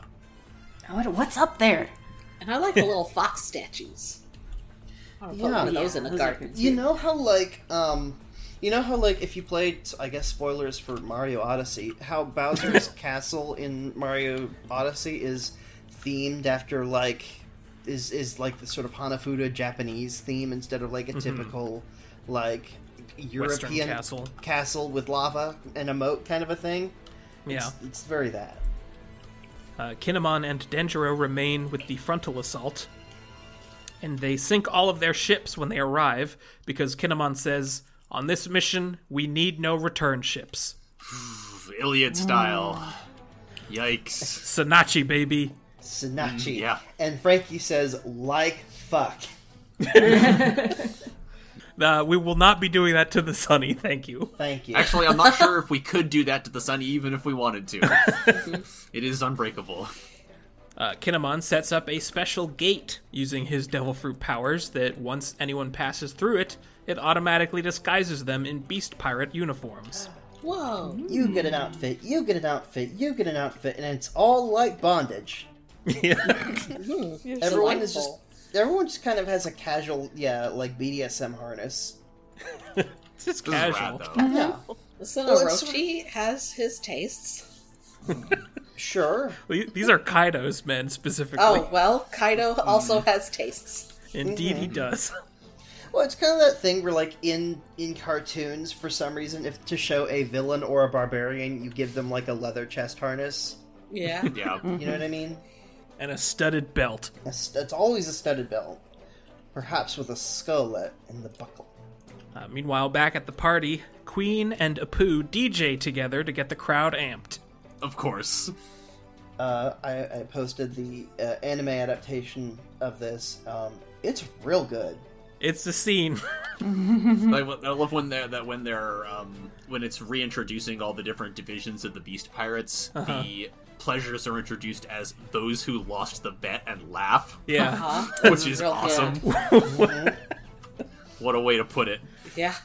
I wonder what's up there. And I like the little fox statues. I want to put one of Yeah, those in the those are garden. good. You know how like um you know how like if you played I guess spoilers for Mario Odyssey, how Bowser's castle in Mario Odyssey is themed after like is is like the sort of Hanafuda Japanese theme instead of like a typical like Mm-hmm. Western European castle. castle with lava and a moat kind of a thing. Yeah. It's very that. Uh, Kinemon and Denjiro remain with the frontal assault, and they sink all of their ships when they arrive because Kinemon says, "On this mission, we need no return ships." Iliad style. Yikes. Sanachi, baby. Sinachi. yeah. And Frankie says like fuck. Uh, we will not be doing that to the Sunny, thank you. Thank you. Actually, I'm not sure if we could do that to the sun, even if we wanted to. it is unbreakable. Uh, Kinemon sets up a special gate using his devil fruit powers that once anyone passes through it, it automatically disguises them in beast pirate uniforms. Whoa. You get an outfit, you get an outfit, you get an outfit, and it's all like bondage. Yeah. You're Everyone is just delightful. everyone just kind of has a casual, yeah, like BDSM harness. It's just This is casual. rad, though. Yeah, Listen, Well, it's sort Orochi has his tastes. sure. Well, These are Kaido's men specifically. Oh, well, Kaido also has tastes. Indeed, he does. Well, it's kind of that thing where, like, in in cartoons, for some reason, if to show a villain or a barbarian, you give them like a leather chest harness. Yeah. Yeah. You know what I mean? And a studded belt. It's, it's always a studded belt, perhaps with a skullet in the buckle. Uh, meanwhile, back at the party, Queen and Apu DJ together to get the crowd amped. Of course. Uh, I, I posted the uh, anime adaptation of this. Um, it's real good. It's the scene. Like, I love when they're that when they're um, when it's reintroducing all the different divisions of the Beast Pirates. Uh-huh. The pleasures are introduced as those who lost the bet and laugh, Yeah. Huh? which is is real awesome. what a way to put it. Yeah.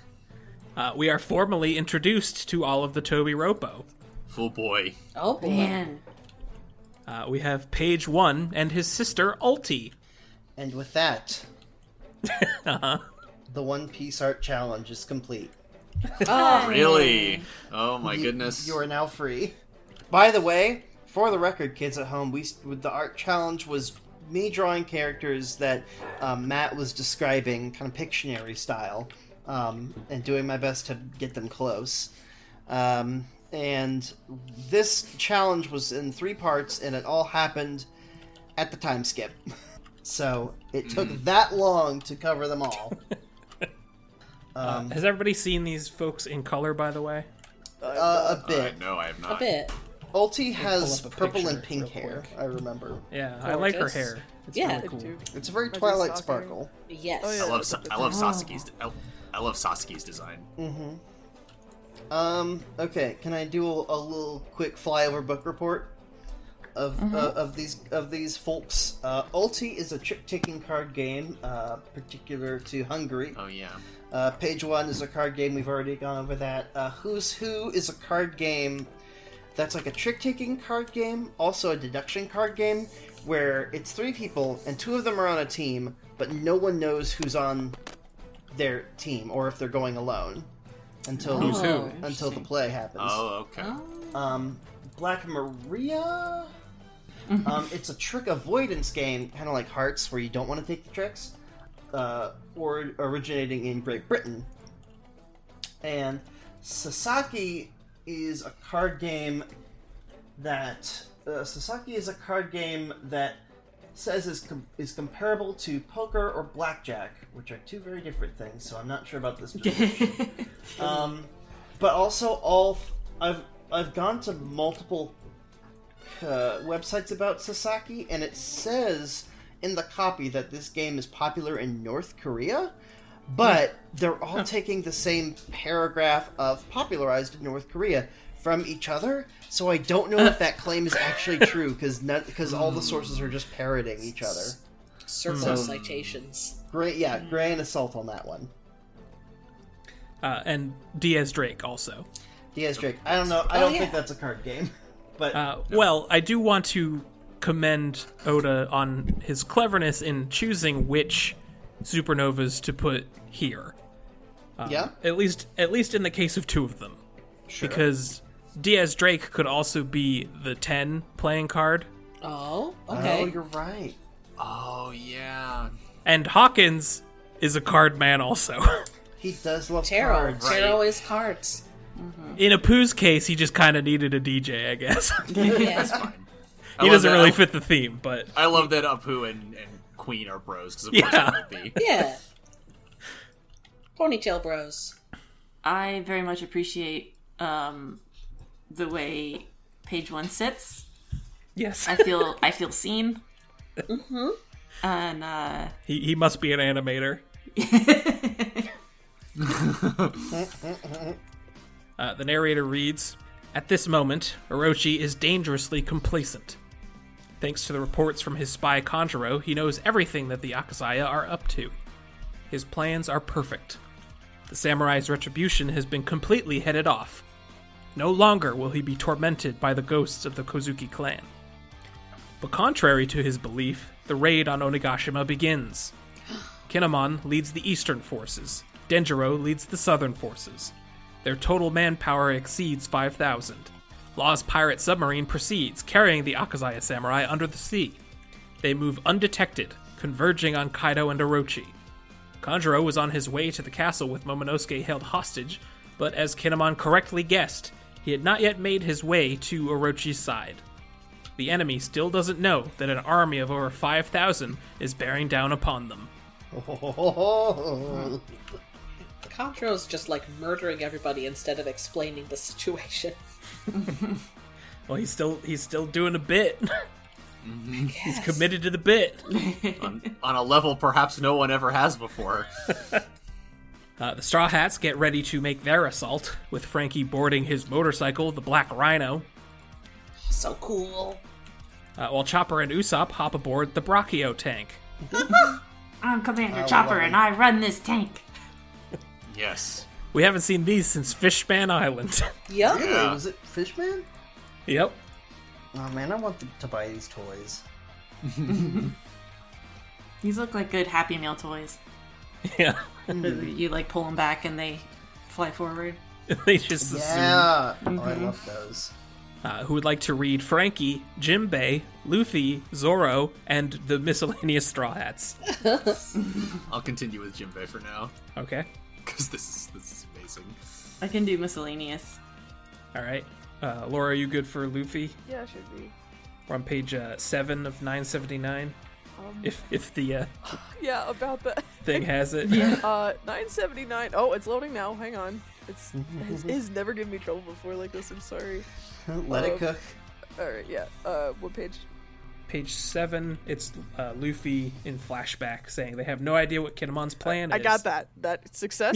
Uh, we are formally introduced to all of the Toby Ropo. Full boy. Oh, boy. Man. Uh, we have Page One and his sister Ulti. And with that, the One Piece art challenge is complete. Really? Oh my You- goodness. You are now free. By the way, for the record, kids at home, we with the art challenge was me drawing characters that um, Matt was describing, kind of Pictionary style, um, and doing my best to get them close. Um, and this challenge was in three parts, and it all happened at the time skip. So it took that long to cover them all. um, Has everybody seen these folks in color, by the way? uh, a bit. Uh, no, I have A not. bit. Ulti has pull up a purple picture and pink real hair. quick. I remember. Yeah, I like her Gorgeous. hair. It's Yeah. really cool. It's a very Maybe Twilight soccer. Sparkle. Yes. Oh, yeah. I love Sa- I love Sasuke's de- I- I love Sasuke's design. Um. Okay. Can I do a, a little quick flyover book report of uh, of these of these folks? Uh, Ulti is a trick-taking card game, uh, particular to Hungary. Oh yeah. Uh, page one is a card game. We've already gone over that. Uh, Who's Who is a card game that's like a trick taking card game, also a deduction card game, where it's three people and two of them are on a team, but no one knows who's on their team or if they're going alone until Who's who? Oh, until the play happens. Oh okay. Um, Black Maria. um, it's a trick avoidance game, kind of like Hearts, where you don't want to take the tricks, uh, or originating in Great Britain. And Sasaki is a card game that uh, Sasaki is a card game that says is com- is comparable to poker or blackjack, which are two very different things. So I'm not sure about this. Um, but also all f- I've I've gone to multiple uh, websites about Sasaki, and it says in the copy that this game is popular in North Korea, but they're all taking the same paragraph of popularized in North Korea from each other. So I don't know if that claim is actually true because because all the sources are just parroting each other. Circle So- citations. Great, yeah, grand assault on that one. Uh, and Diaz Drake also. DS Drake. I don't know. I Oh, don't yeah. Uh-uh. think that's a card game, but Uh, Well, I do want to commend Oda on his cleverness in choosing which supernovas to put here. yeah. At least, at least in the case of two of them, Sure. because Diaz Drake could also be the ten playing card, Oh, okay. Oh, you're right. Oh yeah. and Hawkins is a card man also. He does love Tarot. cards. Tarot is cards. in Apu's case, he just kind of needed a DJ, I guess. he Yeah. I love doesn't that- really fit the theme, but I love that Apu and, and Queen are bros because of Yeah. course they would be. yeah. Ponytail Bros. I very much appreciate um, the way page one sits. yes, I feel I feel seen. Mm-hmm. And uh, he, he must be an animator. Uh, the narrator reads At this moment, Orochi is dangerously complacent. Thanks to the reports from his spy Conjuro, he knows everything that the Akazaya are up to. His plans are perfect. The samurai's retribution has been completely headed off. No longer will he be tormented by the ghosts of the Kozuki clan. But contrary to his belief, the raid on Onigashima begins. Kinemon leads the eastern forces, Denjiro leads the southern forces. Their total manpower exceeds 5,000. Law's pirate submarine proceeds, carrying the Akazaya samurai under the sea. They move undetected, converging on Kaido and Orochi. Kanjuro was on his way to the castle with Momonosuke held hostage, but as Kinemon correctly guessed, he had not yet made his way to Orochi's side. The enemy still doesn't know that an army of over 5,000 is bearing down upon them. Oh, Contro's just like murdering everybody instead of explaining the situation. Well, he's still he's still doing a bit. he's committed to the bit. on, on a level perhaps no one ever has before. Uh, the Straw Hats get ready to make their assault, with Frankie boarding his motorcycle, the Black Rhino, So cool. uh, while Chopper and Usopp hop aboard the Brachio tank. I'm Commander Chopper, and I run this tank. Yes. We haven't seen these since Fishman Island. Yep. really? Yeah. Was it Fishman? yep. Oh man, I want to buy these toys. These look like good Happy Meal toys. Yeah. You like pull them back, and they fly forward. they just assume. Yeah. Oh, I love those. Uh, who would like to read Frankie, Jimbei, Luffy, Zoro, and the miscellaneous Straw Hats? I'll continue with Jinbei for now Okay. because this is this is amazing. I can do miscellaneous. All right. Uh, Laura, are you good for Luffy? Yeah, it should be. We're on page uh, 7 of 979. if, if the uh, Yeah, about that. thing has it. Uh, 979. Oh, it's loading now. Hang on. It's it's, it's never given me trouble before like this. I'm sorry. Let it cook. All right, yeah. Uh, what page? Page 7, it's uh, Luffy in flashback saying they have no idea what Kinemon's plan I is. got that. That success.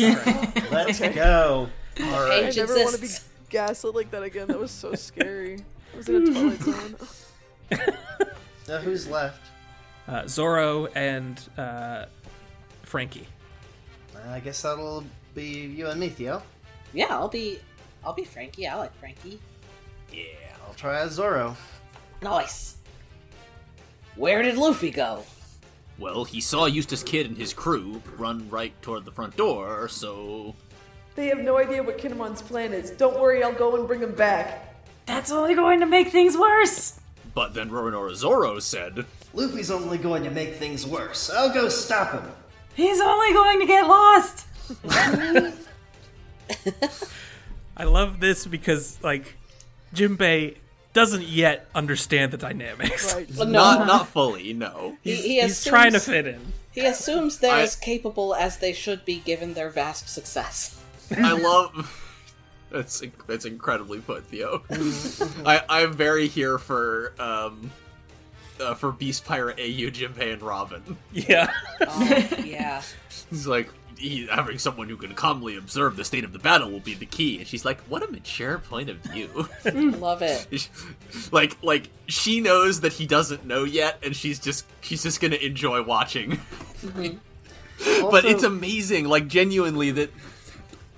Let's go. All I right. Page never want to be exists. gaslit like that again. That was so scary. I was in a twilight zone. Now who's left? Uh, Zoro and uh, Frankie. Uh, I guess that'll be you and me, Theo. Yeah, I'll be I'll be Frankie. I like Frankie. I'll try as Zoro. Nice. Where did Luffy go? Well, he saw Eustace Kid and his crew run right toward the front door, so They have no idea what Kinemon's plan is. Don't worry, I'll go and bring him back. That's only going to make things worse. but then Rorinora Zoro said, Luffy's only going to make things worse. I'll go stop him. He's only going to get lost. I love this because, like, Jimbei doesn't yet understand the dynamics. Right. not not fully, no. He, He's, he he's assumes- trying to fit in. He assumes they're I- as capable as they should be given their vast success. I love. That's inc- that's incredibly put, Theo. I I'm very here for um, uh, for Beast Pirate AU Jinbei and Robin. Yeah. Oh, yeah. He's like he, having someone who can calmly observe the state of the battle will be the key, and she's like, "What a mature point of view." Love it. like like she knows that he doesn't know yet, and she's just she's just gonna enjoy watching. but Also- it's amazing, like genuinely that.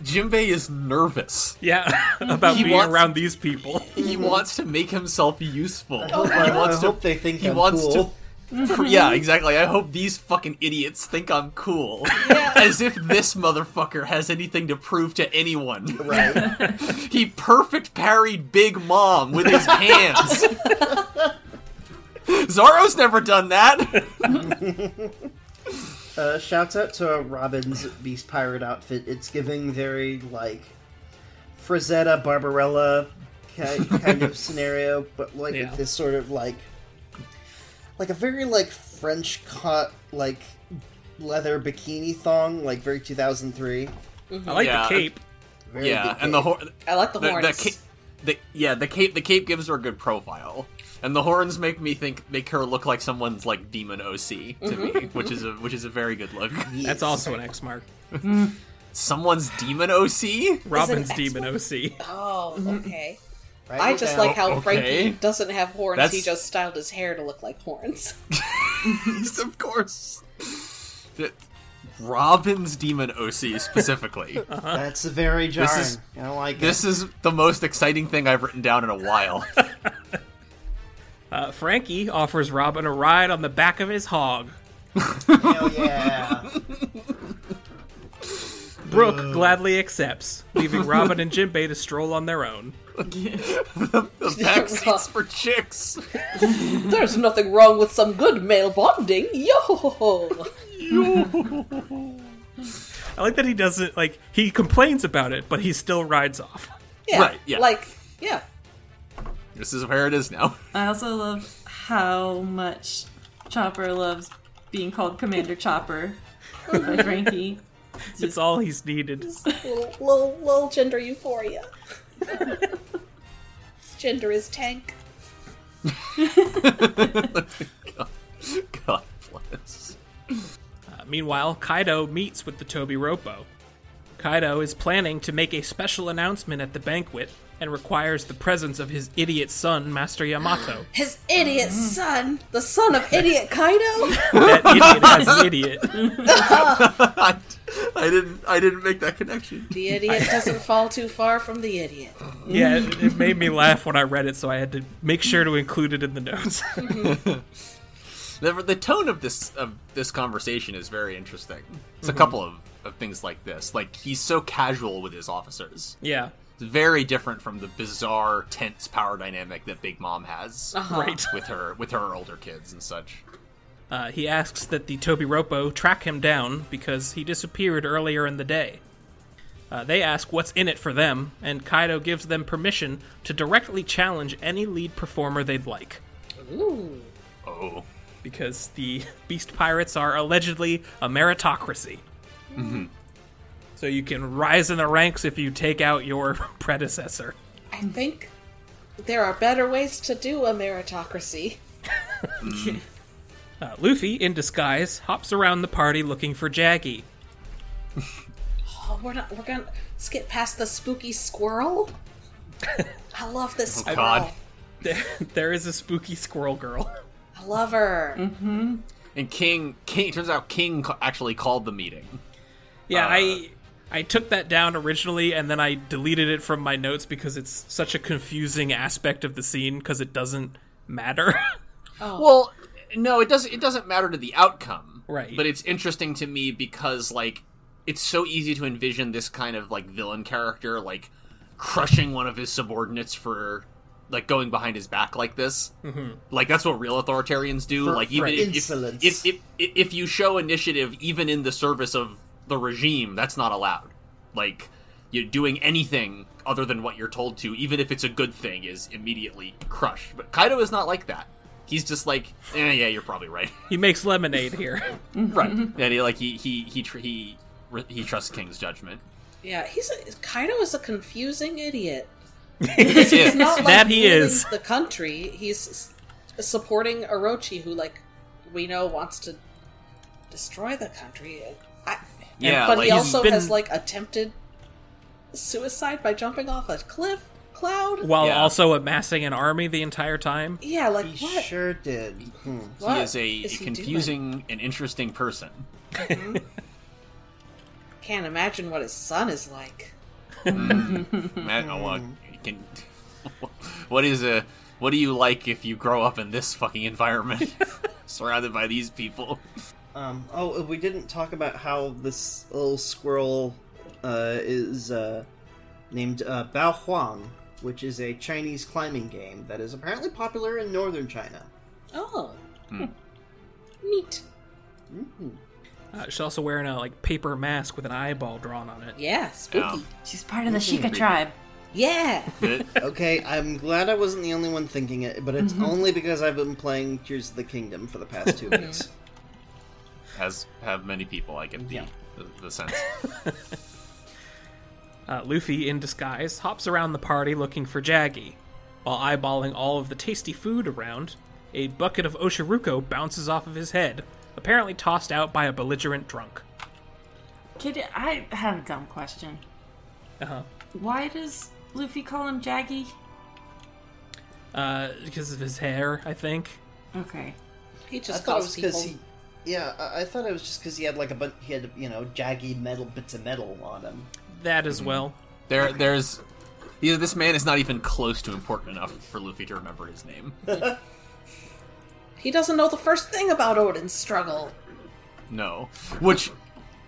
Jinbei is nervous. yeah. About He being wants- around these people. He wants to make himself useful. I, He wants to. hope they think He I'm wants cool. to. yeah, exactly. I hope these fucking idiots think I'm cool. As if this motherfucker has anything to prove to anyone. Right. He perfect parried Big Mom with his hands. Zoro's never done that. Uh, shouts out to Robin's Beast Pirate outfit. It's giving very, like, Frazetta, Barbarella ki- kind of scenario, but, like, Yeah. with this sort of, like, like a very, like, French cut, like, leather bikini thong, like, very 2003. I like Yeah. the cape. Very Yeah, big and the cape. hor- I like the, the, horns. the, ca- the yeah the cape the cape gives her a good profile, and the horns make me think make her look like someone's like demon OC to me, which is a which is a very good look. That's also an X mark. Someone's demon OC. Robin's X Demon OC. oh, okay. Right I just now. like how Oh, Okay. Frankie doesn't have horns. He That's- just styled his hair to look like horns. Yes, of course. That- Robin's demon OC specifically. That's very jarring. is- I don't like This is the most exciting thing I've written down in a while. Uh, Frankie offers Robin a ride on the back of his hog. Hell yeah. Brooke gladly accepts, leaving Robin and Jinbei to stroll on their own. The backseats for chicks. There's nothing wrong with some good male bonding. Yo! I like that he doesn't like he complains about it, but he still rides off. Yeah, Right, yeah. Like, yeah. This is where it is now. I also love how much Chopper loves being called Commander Chopper by Frankie. It's all he's needed. Little, little, little gender euphoria. gender is tank. God bless. Uh, Meanwhile, Kaido meets with the Toby Ropo. Kaido is planning to make a special announcement at the banquet and requires the presence of his idiot son, Master Yamato. His idiot Mm-hmm. son, the son of idiot Kaido. that idiot has an idiot. I, I didn't. I didn't make that connection. the idiot doesn't fall too far from the idiot. Yeah, it, it made me laugh when I read it, so I had to make sure to include it in the notes. The, the tone of this of this conversation is very interesting. It's a couple of, of things like this. Like he's so casual with his officers. yeah, It's very different from the bizarre tense power dynamic that Big Mom has right. with her with her older kids and such. Uh, he asks that the Toby Ropo track him down because he disappeared earlier in the day. Uh, they ask what's in it for them, and Kaido gives them permission to directly challenge any lead performer they'd like. Ooh. Oh, because the Beast Pirates are allegedly a meritocracy. So you can rise in the ranks if you take out your predecessor. I think there are better ways to do a meritocracy. Uh, Luffy, in disguise, hops around the party looking for Jaggy. Oh, we're not. We're gonna skip past the spooky squirrel. I love this squirrel. Oh, God. There, there is a spooky squirrel girl. I love her. Hmm? and King King. It turns out King ca- actually called the meeting. Yeah, Uh. I I took that down originally and then I deleted it from my notes because it's such a confusing aspect of the scene because it doesn't matter. Well, no, it doesn't. It doesn't matter to the outcome, Right. But it's interesting to me because like it's so easy to envision this kind of like villain character like crushing one of his subordinates for like going behind his back like this. Mm-hmm. Like that's what real authoritarians do. For- like even for if, if, insolence. if, if if if you show initiative even in the service of the regime, that's not allowed. Like you're doing anything other than what you're told to, even if it's a good thing, is immediately crushed. But Kaido is not like that. He's just like, eh, yeah, you're probably right, he makes lemonade here. right. And he like he he he tr- he re- he trusts King's judgment. Yeah, he's a, Kaido is a confusing idiot. It's- He's not like That he ruling is. the country. He's s- supporting Orochi, who like we know wants to destroy the country. I, yeah, but like he also been- has like attempted suicide by jumping off a cliff cloud. While Yeah. also amassing an army the entire time. Yeah, like He what? sure did. Hmm. what he is a, is he doing? confusing and interesting person. Can't imagine what his son is like. Man, I want you can. What is a what do you like if you grow up in this fucking environment, surrounded by these people? Um, oh, we didn't talk about how this little squirrel uh, is uh, named uh, Bao Huang, which is a Chinese climbing game that is apparently popular in northern China. Oh, neat. Mm-hmm. Uh, she's also wearing a like paper mask with an eyeball drawn on it. Yeah, spooky. She's part of the Sheikah tribe. Yeah. Okay, I'm glad I wasn't the only one thinking it, but it's only because I've been playing Tears of the Kingdom for the past two weeks. As have many people, I get the Yeah. the, the sense. Uh, Luffy, in disguise, hops around the party looking for Jaggy. While eyeballing all of the tasty food around, a bucket of Oshiruko bounces off of his head, apparently tossed out by a belligerent drunk. Kid, I have a dumb question. Uh-huh. Why does Luffy call him Jaggy? Uh, because of his hair, I think. Okay. He I just thought it calls was because people. he. Yeah, I, I thought it was just because he had like a bunch. He had you know jaggy metal bits of metal on him. That as well. There, there's. You know, this man is not even close to important enough for Luffy to remember his name. He doesn't know the first thing about Odin's struggle. No. Which,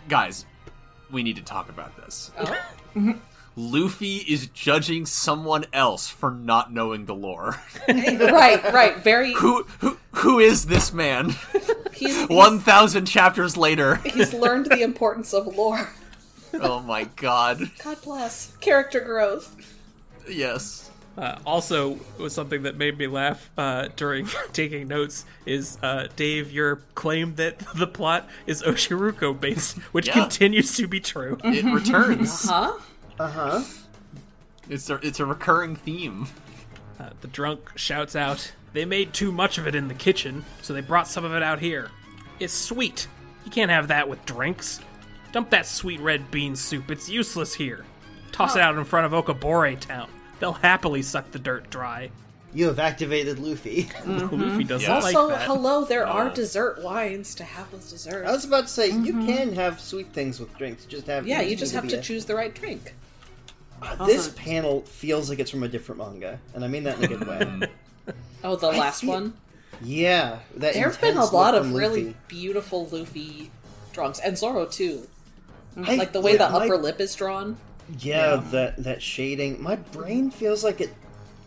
guys, we need to talk about this. Oh. Luffy is judging someone else for not knowing the lore. right, right. Very. who, who, who is this man? He's, he's, One thousand chapters later. he's learned the importance of lore. Oh my god. God bless. Character growth. Yes. Uh, also, was something that made me laugh uh, during taking notes is uh, Dave, your claim that the plot is Oshiruko based, which Yeah. Mm. continues to be true. It returns. Uh-huh. Huh? Uh huh. It's a it's a recurring theme. Uh, the drunk shouts out, They made too much of it in the kitchen, so they brought some of it out here. It's sweet. You can't have that with drinks. Dump that sweet red bean soup, it's useless here. Toss it out in front of Okabore Town. They'll happily suck the dirt dry. You have activated Luffy. Luffy doesn't Mm-hmm. Yeah. like so, that. hello, there are dessert wines to have with dessert. I was about to say you can have sweet things with drinks. Just have Mm-hmm. yeah, it you doesn't just need have be to a- Ah, choose the right drink. This Also- panel feels like it's from a different manga, and I mean that in a good way. Oh, the last feel- one. yeah, that There have been a intense lot look of from really Luffy. beautiful Luffy drawings, and Zoro too. I- mm, Like the way yeah, the my- upper lip is drawn. Yeah, that that shading. My brain feels like it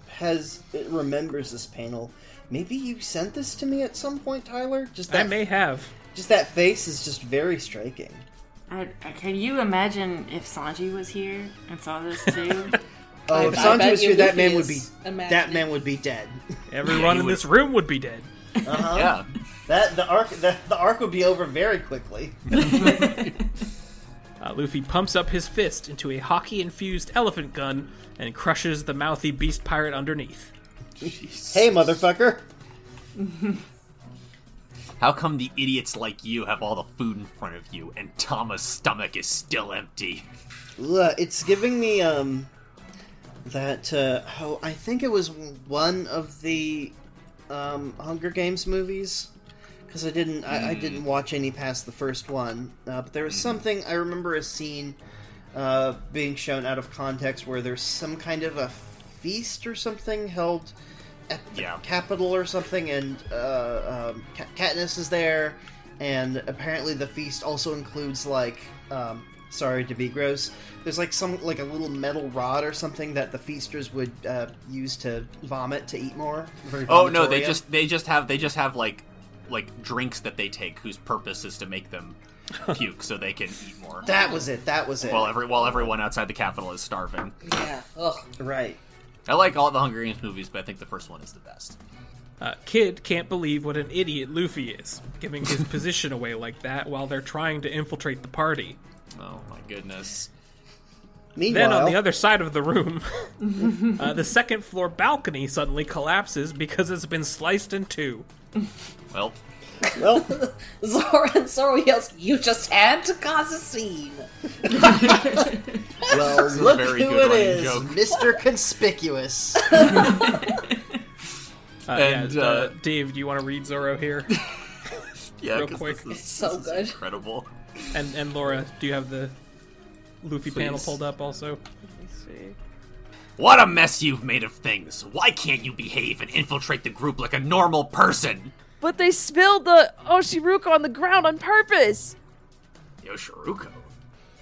has it remembers this panel. Maybe you sent this to me at some point, Tyler. Just I that may have. just that face is just very striking. I, I- can you imagine if Sanji was here and saw this too? Oh, I- if I Sanji bet was you here, that Luffy man would be is that imagining- man would be dead. Everyone he in would- this room would be dead. Uh-huh. Yeah. That the arc the, the arc would be over very quickly. Uh, Luffy pumps up his fist into a hockey infused elephant gun and crushes the mouthy beast pirate underneath. hey, motherfucker. How come the idiots like you have all the food in front of you and Tama's stomach is still empty? Ugh, It's giving me um that uh oh, I think it was one of the um Hunger Games movies because I didn't I, I didn't watch any past the first one, uh, but there was something I remember a scene uh, being shown out of context where there's some kind of a feast or something held at the Yeah. capital or something, and uh, um, Kat- Katniss is there, and apparently the feast also includes like. Um, Sorry to be gross. There's like some like a little metal rod or something that the feasters would uh, use to vomit to eat more. Very Oh no, they vomitoria. just they just have they just have like like drinks that they take whose purpose is to make them puke so they can eat more. That was it. That was it. while every while everyone outside the capital is starving. Yeah. Ugh. right. I like all the Hunger Games movies, but I think the first one is the best. Uh, Kid can't believe what an idiot Luffy is, giving his position away like that while they're trying to infiltrate the party. Oh my goodness. Meanwhile, Then, on the other side of the room, uh, the second floor balcony suddenly collapses because it's been sliced in two. Well, well, Zoro and Zoro yells, "You just had to cause a scene." well, is a look very who good it running is, joke. Mr. Conspicuous. Uh, And, yeah, uh, Dave, do you want to read Zoro here? yeah, Real 'cause quick. this is- It's so this is good. incredible. and and Laura, do you have the Luffy panel Please. pulled up also? Let me see. What a mess you've made of things. Why can't you behave and infiltrate the group like a normal person? But they spilled the Oshiruko on the ground on purpose. Yoshiruko.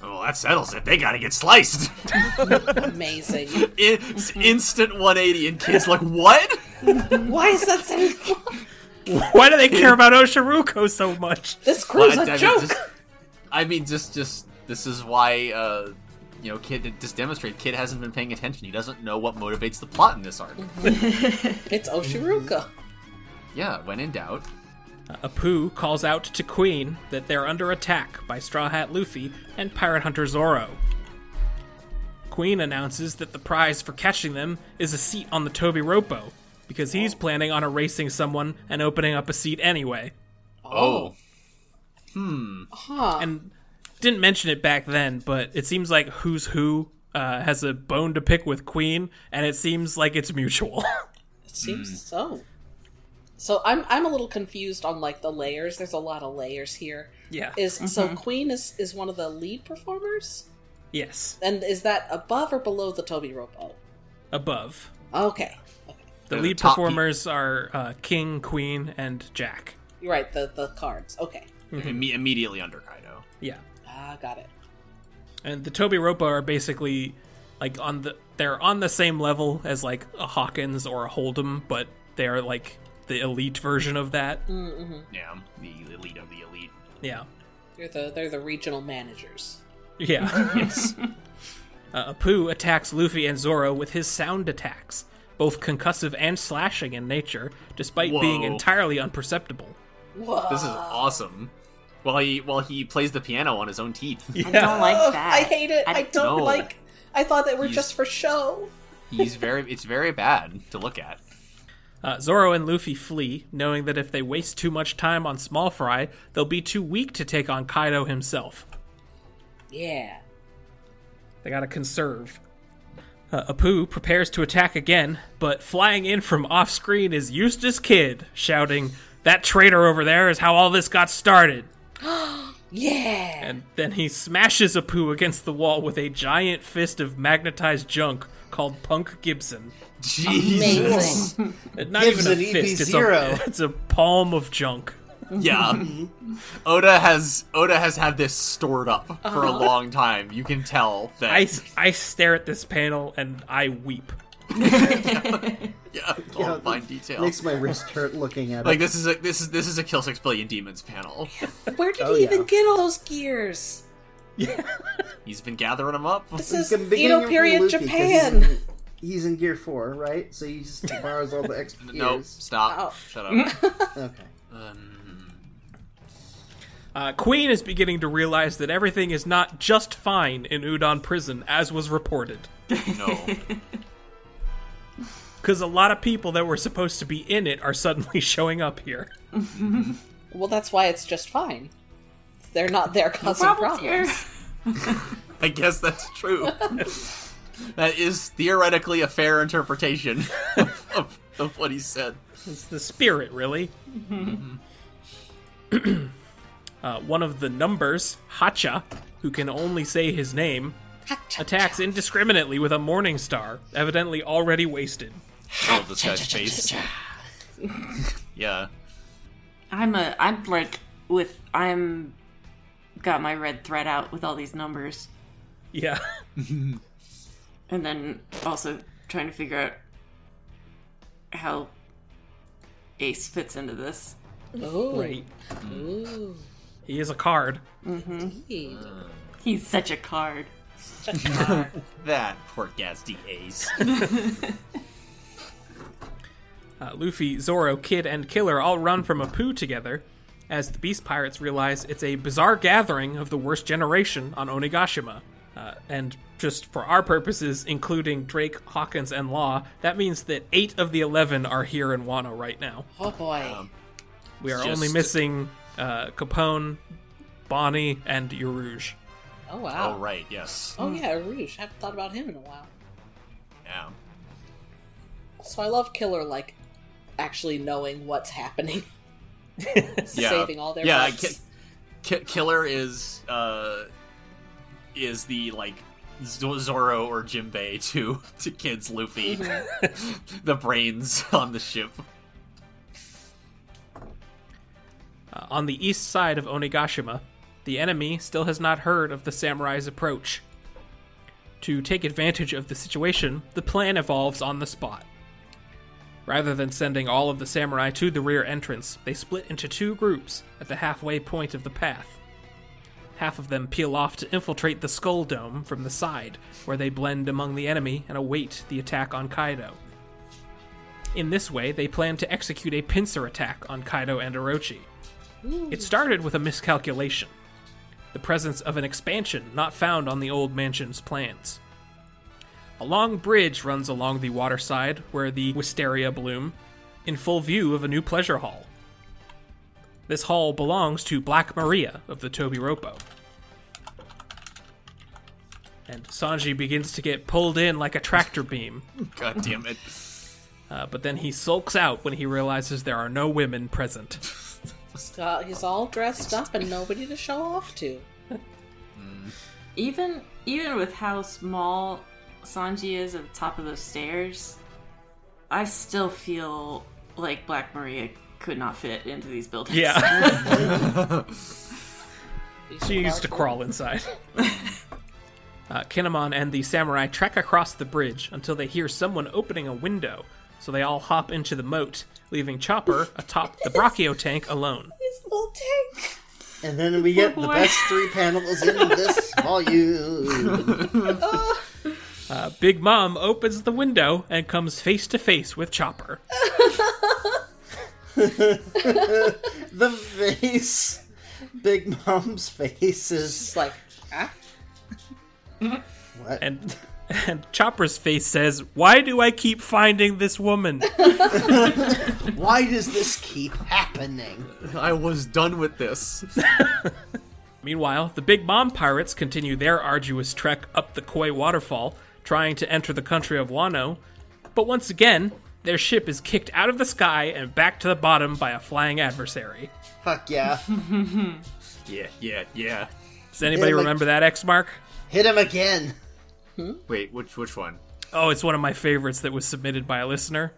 Well, that settles it. They gotta get sliced. Amazing. In- instant 180, and kids like, what? Why is that so? Why do they care about Oshiruko so much? This crew's But, a I mean, joke. just- I mean, just, just this is why, uh, you know, kid just demonstrate. Kid hasn't been paying attention. He doesn't know what motivates the plot in this arc. Mm-hmm. It's Oshiruka. Yeah, when in doubt, Apu calls out to Queen that they're under attack by Straw Hat Luffy and Pirate Hunter Zoro. Queen announces that the prize for catching them is a seat on the Toby Ropo, because he's planning on erasing someone and opening up a seat anyway. oh, Huh. And didn't mention it back then, but it seems like Who's Who uh, has a bone to pick with Queen, and it seems like it's mutual. It Hmm. seems so. So I'm I'm a little confused on like the layers. There's a lot of layers here. yeah. Is so Queen is is one of the lead performers, yes. and is that above or below the Toby Ropo? Above. Okay. Okay. The the lead top e- performers are uh, King, Queen, and Jack. You're right, the, the cards. Okay. Imme- immediately under Kaido. Yeah. Ah, got it. And the Toby Ropa are basically like on the they're on the same level as like a Hawkins or a Hold'em, but they are like the elite version of that. Mm. Yeah, the elite of the elite. Yeah. They're the they're the regional managers. Yeah. Yes. uh, Apu attacks Luffy and Zoro with his sound attacks, both concussive and slashing in nature, despite being Whoa. entirely unperceptible. Whoa. this is awesome. While he while he plays the piano on his own teeth, I don't like Ugh, that. Oh, I hate it. I, don't No. like. I thought they were He's- just for show. he's very it's very bad to look at. Uh, Zoro and Luffy flee, knowing that if they waste too much time on Small Fry, they'll be too weak to take on Kaido himself. Yeah. They gotta conserve. Uh, Apu prepares to attack again, but flying in from off screen is Eustace Kid, shouting, That traitor over there is how all this got started! Yeah. And then he smashes Apu against the wall with a giant fist of magnetized junk called Punk Gibson. Jesus. Uh, Not Gibson even a fist, it's EP0. a, it's a palm of junk. Yeah. Oda has Oda has had this stored up for a long time. You can tell that I, I stare at this panel and I weep. yeah, all Yeah, fine it detail. Makes my wrist hurt looking at like it. this is a this is this is a kill six billion demons panel. Where did Oh, he even yeah. get all those gears? He's been gathering them up. This is He's been Edo getting period them from Luffy 'cause he's Japan. in- He's in gear four, right? So he just borrows all the extra Nope, gears. stop. Oh. Shut up. Okay. Uh, Queen is beginning to realize that everything is not just fine in Udon Prison, as was reported. No. Because a lot of people that were supposed to be in it are suddenly showing up here. Well, that's why it's just fine. They're not there causing Problems problems. here. I guess that's true. that is theoretically a fair interpretation of, of, of what he said. It's the spirit, really. uh, one of the numbers, Hacha, who can only say his name, attacks indiscriminately with a morning star, evidently already wasted. Oh, this guy's face. yeah. I'm a. I'm like with. I'm got my red thread out with all these numbers, Yeah. and then also trying to figure out how Ace fits into this. Ooh. Right. He is a card. Indeed. He's such a card. That poor Gazdy Ace. Uh, Luffy, Zoro, Kid, and Killer all run from Apu together as the Beast Pirates realize it's a bizarre gathering of the worst generation on Onigashima. Uh, and just for our purposes, including Drake, Hawkins, and Law, that means that eight of the 11 are here in Wano right now. Oh boy. We are Just- only missing uh, Capone, Bonnie, and Yoruge. oh wow. oh, right, yes. Oh yeah, Rouge. I haven't thought about him in a while. Yeah. So I love Killer like actually knowing what's happening. Saving all their yeah, butts. ki- ki- Killer is uh is the like Z- Zoro or Jimbei to to kids Luffy, the brains on the ship. Uh, on the east side of Onigashima, the enemy still has not heard of the samurai's approach. To take advantage of the situation, the plan evolves on the spot. Rather than sending all of the samurai to the rear entrance, they split into two groups at the halfway point of the path. Half of them peel off to infiltrate the Skull Dome from the side, where they blend among the enemy and await the attack on Kaido. In this way, they plan to execute a pincer attack on Kaido and Orochi. It started with a miscalculation the presence of an expansion not found on the old mansion's plans. A long bridge runs along the waterside where the wisteria bloom, in full view of a new pleasure hall. This hall belongs to Black Maria of the Toby Ropo. And Sanji begins to get pulled in like a tractor beam, God damn it! uh, but then he sulks out when he realizes there are no women present. Uh, he's all dressed up and nobody to show off to. Even even with how small Sanji is at the top of those stairs, I still feel like Black Maria could not fit into these buildings. Yeah, We she should used to walk- crawl inside. Uh, Kinemon and the samurai trek across the bridge until they hear someone opening a window, so they all hop into the moat, leaving Chopper atop the Brachio tank alone. This little tank. And then we get the boy. best three panels in this volume. Uh, Big Mom opens the window and comes face to face with Chopper. The face, Big Mom's face is It's like, ah, what? And and Chopper's face says, "Why do I keep finding this woman?" Why does this keep happening? I was done with this. Meanwhile, the Big Mom pirates continue their arduous trek up the Koi waterfall, trying to enter the country of Wano. But once again, their ship is kicked out of the sky and back to the bottom by a flying adversary. Fuck yeah! Yeah, yeah, yeah. Does anybody Yeah, like- remember that X mark? Hit him again. Wait, which which one? Oh, it's one of my favorites that was submitted by a listener.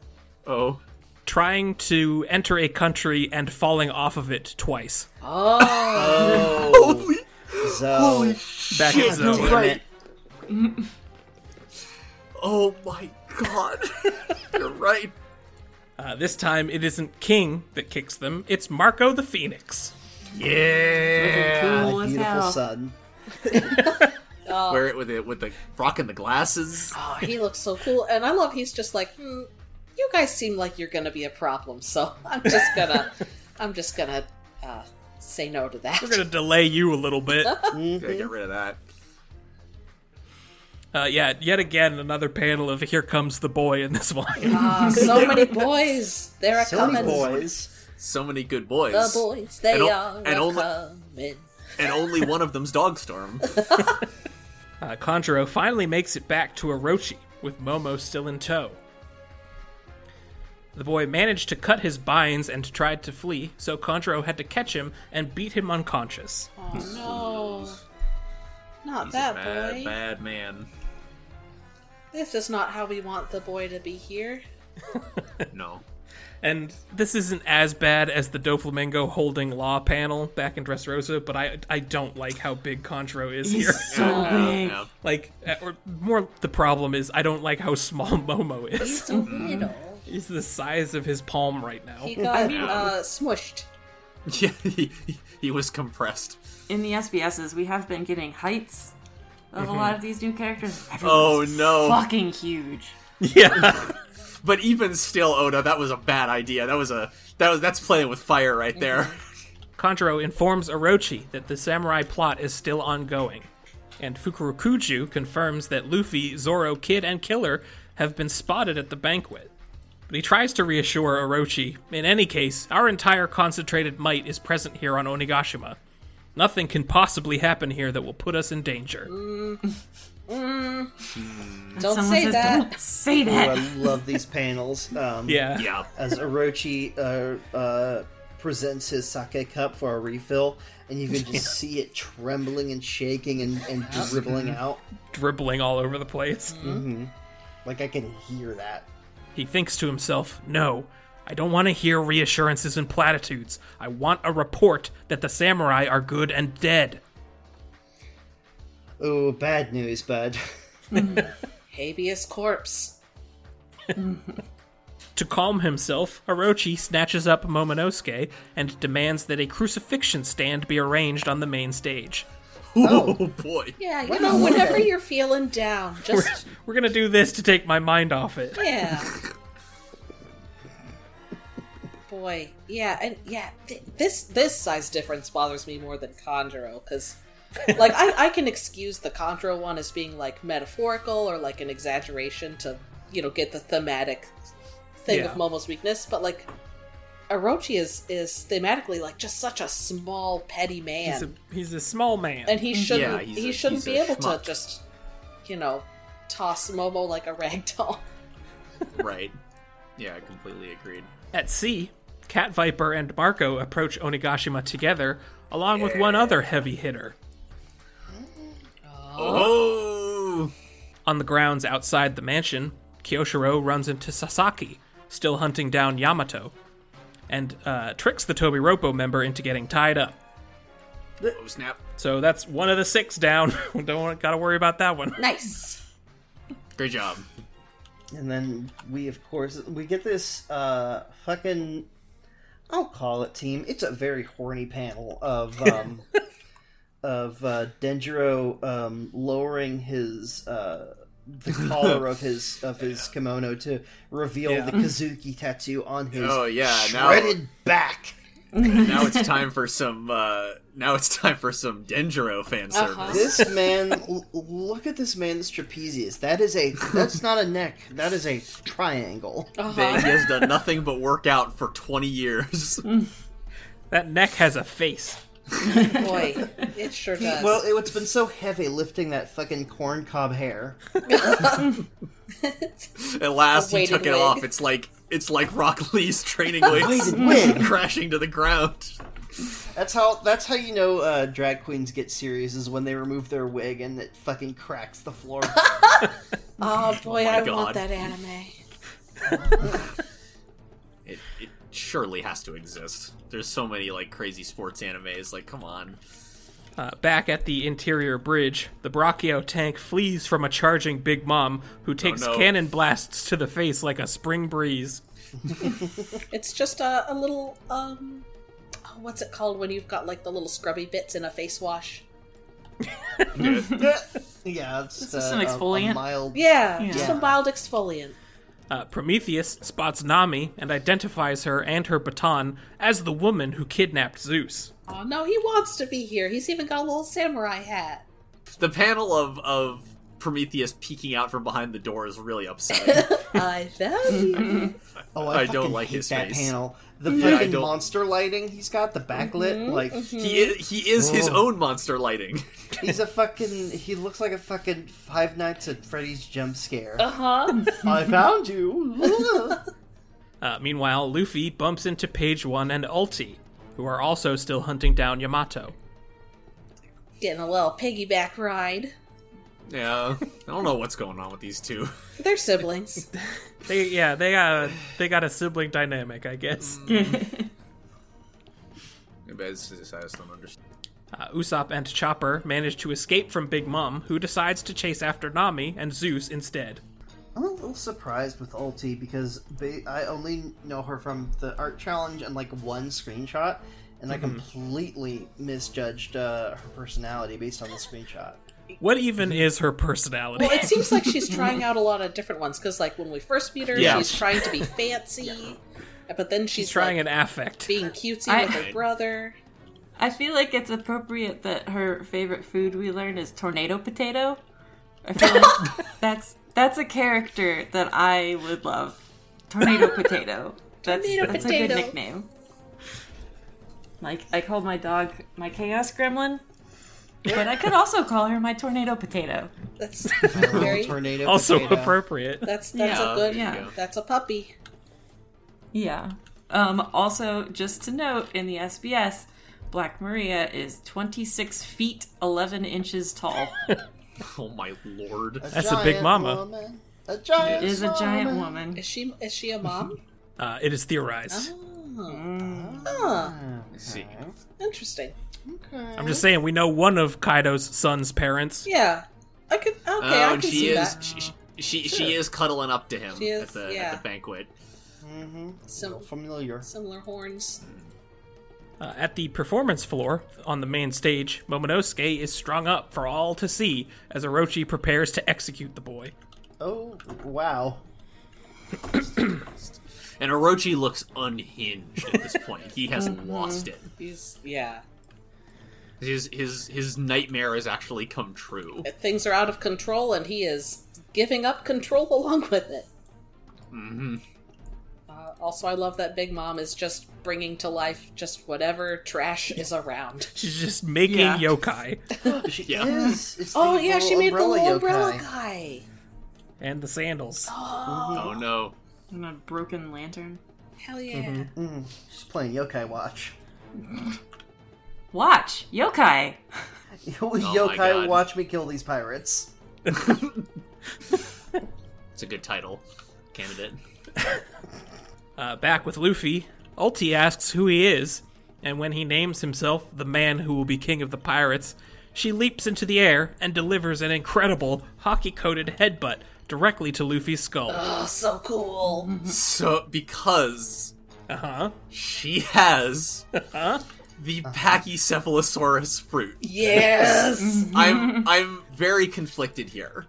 Oh. Trying to enter a country and falling off of it twice. Oh, so Back in zone. damn it. Oh my god. You're right. Uh, this time, it isn't King that kicks them; it's Marco the Phoenix. Yeah. Cool as beautiful hell. sun. Wear it with it with the rocking the glasses. oh, he looks so cool. And I love he's just like, hmm, you guys seem like you're gonna be a problem, so I'm just gonna, I'm just gonna uh, say no to that. We're gonna delay you a little bit. Mm-hmm. Gotta get rid of that. Uh, yeah, yet again another panel of "Here Comes the Boy" in this volume. Ah, so many boys, they're a So many coming. boys. So many good boys. The boys, they And o- are and only- coming. And only one of them's Dogstorm. Uh, Conjuro finally makes it back to Orochi with Momo still in tow. The boy managed to cut his binds and tried to flee, so Conjuro had to catch him and beat him unconscious. Oh no, not He's that a bad, boy. bad man. This is not how we want the boy to be here. No. And this isn't as bad as the Doflamingo holding law panel back in Dressrosa, but I I don't like how big Conjuro is here. He's Oh, so Yeah, big. yeah. like, uh, or more the problem is I don't like how small Momo is. He's a little. He's the size of his palm right now. He got uh, smushed. Yeah, he, he- he was compressed. In the SBSs, we have been getting heights of a lot of these new characters. Oh Everyone's no. Fucking huge. Yeah. But even still, Oda, that was a bad idea. That was a that was that's playing with fire right there. Conjuro informs Orochi that the samurai plot is still ongoing. And Fukurokuju confirms that Luffy, Zoro, Kid, and Killer have been spotted at the banquet. But he tries to reassure Orochi in any case, our entire concentrated might is present here on Onigashima. Nothing can possibly happen here that will put us in danger. Don't Someone say says, that. Don't say Oh, I that. love these panels. Um, Mm-hmm. Yeah. Yeah. as Orochi uh, uh, presents his sake cup for a refill, and you can just see it trembling and shaking and, and dribbling out. Dribbling all over the place. Like I can hear that. He thinks to himself, no, I don't want to hear reassurances and platitudes. I want a report that the samurai are good and dead. Oh, bad news, bud. Habeas corpse. To calm himself, Orochi snatches up Momonosuke and demands that a crucifixion stand be arranged on the main stage. Oh, boy. Yeah, you know, whenever you're feeling down, just We're gonna do this to take my mind off it. yeah. Boy, yeah, and yeah, th- this this size difference bothers me more than Conjuro because, like, I, I can excuse the Conjuro one as being like metaphorical or like an exaggeration to you know get the thematic thing Yeah. of Momo's weakness, but like. Orochi is is thematically like just such a small petty man. He's a, he's a small man. and he shouldn't he's he a- shouldn't he's be a able schmuck. to just you know toss momo like a rag doll Right. Yeah, I completely agreed. At sea, Cat Viper and Marco approach Onigashima together, along with one other heavy hitter. Oh. Oh. On the grounds outside the mansion, Kyoshiro runs into Sasaki, still hunting down Yamato, and uh, tricks the Tobiropo member into getting tied up. Oh snap! So that's one of the six down. Don't gotta worry about that one. Nice. Great job. And then we, of course, we get this uh, fucking. I'll call it team. It's a very horny panel of um, of uh, Denjiro um, lowering his uh, the collar of his of his kimono to reveal the Kazuki tattoo on his Oh, yeah, now- shredded back. Now it's time for some. uh Now it's time for some Dendro fan service. This man, l- look at this man's trapezius. That is a that's not a neck. That is a triangle. That he has done nothing but work out for 20 years. That neck has a face. Boy, it sure does. Well, it, it's been so heavy lifting that fucking corn cob hair. At last, he Weighted took it wig. off. It's like it's like Rock Lee's training weights wig. crashing to the ground. That's how that's how you know uh, drag queens get serious is when they remove their wig and it fucking cracks the floor. oh boy, my I God. want that anime. It, it surely has to exist. There's so many like crazy sports animes. Like, come on. Uh, back at the interior bridge, the Brachio tank flees from a charging Big Mom, who takes no. cannon blasts to the face like a spring breeze. It's just a, a little um, oh, what's it called when you've got like the little scrubby bits in a face wash? yeah, it's just is a, an a- a exfoliant. mild. Yeah, just Yeah. a mild exfoliant. Uh, Prometheus spots Nami and identifies her and her baton as the woman who kidnapped Zeus. Oh no, he wants to be here. He's even got a little samurai hat. The panel of of Prometheus peeking out from behind the door is really upsetting. I found you. Oh, I I, don't fucking like hate his that face. panel. The I fucking don't- Mm-hmm. monster lighting he's got, the backlit, like he is, he is his Oh. own monster lighting. he's a fucking. He looks like a fucking Five Nights at Freddy's jump scare. Uh Uh-huh. huh. I found you. Uh, meanwhile, Luffy bumps into Page One and Ulti, who are also still hunting down Yamato. Getting a little piggyback ride. Yeah, I don't know what's going on with these two. They're siblings. They yeah they got a, they got a sibling dynamic, I guess. Maybe I just, I just don't understand. Uh, Usopp and Chopper manage to escape from Big Mom, who decides to chase after Nami and Zeus instead. I'm a little surprised with Ulti because ba- I only know her from the art challenge and like one screenshot, and I Mhm. completely misjudged uh, her personality based on the screenshot. What even is her personality? Well, it seems like she's trying out a lot of different ones because, like, when we first meet her, Yeah. she's trying to be fancy, but then she's, She's trying like, an affect. being cutesy I- with her brother. I feel like it's appropriate that her favorite food we learn is tornado potato. I feel like that's that's a character that I would love. Tornado potato. That's Tornado that's a potato. good nickname. Like I call my dog my chaos gremlin, but I could also call her my tornado potato. That's Little very. tornado Also potato. appropriate. That's that's Yeah, a good. yeah. That's a puppy. Yeah. Um, also, just to note, in the SBS, Black Maria is 26 feet 11 inches tall. Oh my lord! That's a big giant mama. woman. A giant Is a giant woman. woman. Is she is she a mom? Uh, it is theorized. Oh, Mm. Huh. see. Ah. Interesting. I'm just saying, we know one of Kaido's son's parents. Yeah. I could. Okay, I oh, can and see she is that. she, she, she is cuddling up to him She is, at the at yeah. the banquet. Sim- Familiar. similar horns. Uh, at the performance floor, on the main stage, Momonosuke is strung up for all to see as Orochi prepares to execute the boy. Oh wow. And Orochi looks unhinged at this point. He has Mm-hmm. lost it. He's yeah. His his his nightmare has actually come true. Things are out of control, and he is giving up control along with it. Mm-hmm. Uh, also, I love that Big Mom is just bringing to life just whatever trash is around. She's just making Yeah. yokai. She Yeah. is. It's the Oh yeah, little she made the umbrella little yokai. umbrella guy. And the sandals. Uh-huh. Oh no. And a broken lantern. Hell yeah. Mm-hmm. She's playing Yokai Watch. Watch! Yokai! Yokai Oh God. Watch me kill these pirates. It's a good title candidate. Uh, back with Luffy, Ulti asks who he is, and when he names himself the man who will be king of the pirates, she leaps into the air and delivers an incredible hockey coated headbutt directly to Luffy's skull. Oh, so cool. So because Uh Uh-huh. huh. she has the Pachycephalosaurus fruit. Yes. I'm I'm very conflicted here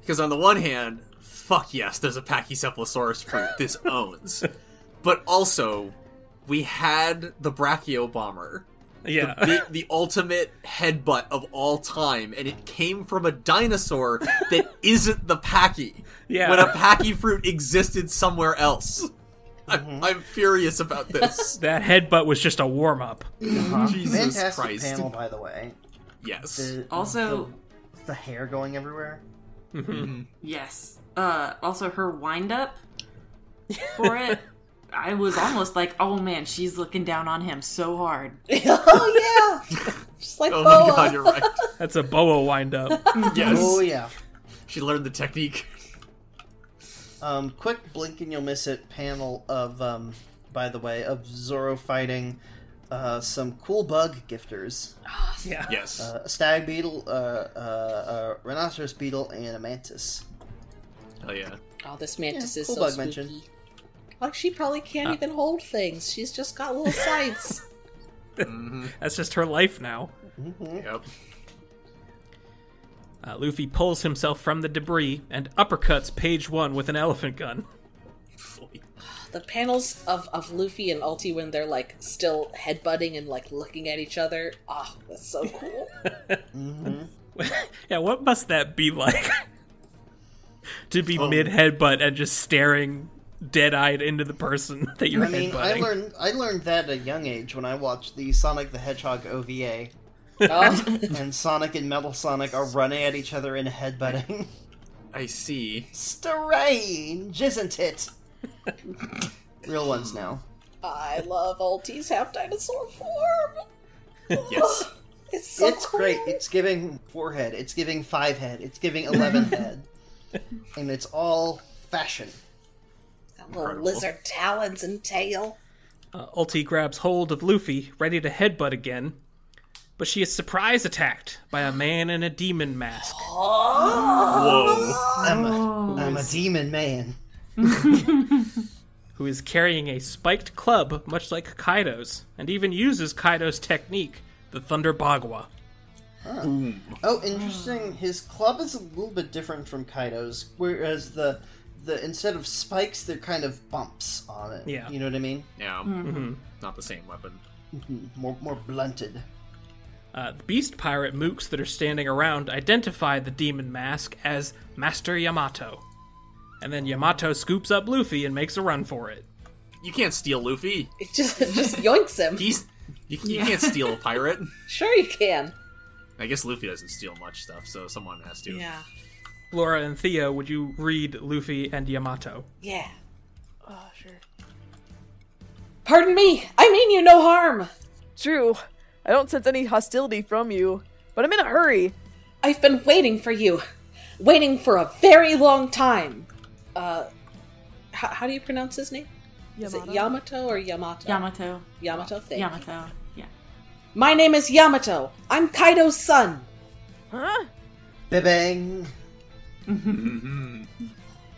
because on the one hand, fuck yes, there's a Pachycephalosaurus fruit this owns, but also we had the Brachio bomber, Yeah. the, the ultimate headbutt of all time, and it came from a dinosaur that isn't the Pachy. Yeah. when a Pachy fruit existed somewhere else. Mm-hmm. I'm, I'm furious about this. That headbutt was just a warm up. Jesus Fantastic Christ. panel, by the way. Yes. The, Also, the, the hair going everywhere. Mm-hmm. yes. Uh, also, her wind up for it. I was almost like, oh man, she's looking down on him so hard. oh yeah. Just like Oh my Boa. god, you're right. That's a boa wind up. Yes. Oh yeah. She learned the technique. Um, quick blink and you'll miss it panel of, um, by the way, of Zoro fighting uh, some cool bug gifters. Yeah. Yes. Uh, a stag beetle, uh, uh, a rhinoceros beetle, and a mantis. Hell yeah. Oh, this mantis Yeah, is cool so bug spooky. mention. Like she probably can't Uh. even hold things. She's just got little sights. That's just her life now. Yep. Uh, Luffy pulls himself from the debris and uppercuts page one with an elephant gun. the panels of, of Luffy and Ulti when they're like still headbutting and like looking at each other. Oh, that's so cool. yeah, what must that be like? to Oh. be mid headbutt and just staring dead eyed into the person that you're I mean, I headbutting. learned I learned that at a young age when I watched the Sonic the Hedgehog OVA, oh, and Sonic and Metal Sonic are running at each other in headbutting. I see. Strange, isn't it? Real ones now. I love Ulti's half dinosaur form. Yes. It's so it's cool. great. It's giving four head. It's giving five head. It's giving eleven head, and it's all fashion. Got little lizard talons and tail. Uh, Ulti grabs hold of Luffy, ready to headbutt again, but she is surprise attacked by a man in a demon mask. Whoa. I'm Oh. a, I'm a demon man. who is carrying a spiked club much like Kaido's, and even uses Kaido's technique, the Thunder Bagua. Oh, interesting. His club is a little bit different from Kaido's, whereas the the instead of spikes, they're kind of bumps on it. Yeah. you know what I mean. Yeah. Not the same weapon. More more blunted. Uh, the beast pirate mooks that are standing around identify the demon mask as Master Yamato. And then Yamato scoops up Luffy and makes a run for it. You can't steal Luffy. It just it just yoinks him. He's. You, you can't steal a pirate. Sure, you can. I guess Luffy doesn't steal much stuff, so someone has to. Laura and Thea, would you read Luffy and Yamato? Yeah. Ah, Oh, sure. Pardon me. I mean you no harm. True. I don't sense any hostility from you, but I'm in a hurry. I've been waiting for you. Waiting for a very long time. Uh, how, how do you pronounce his name? Is it Yamato or Yamato? Yamato. Yamato thing. Yamato. Yeah. My name is Yamato. I'm Kaido's son. Huh? Bang.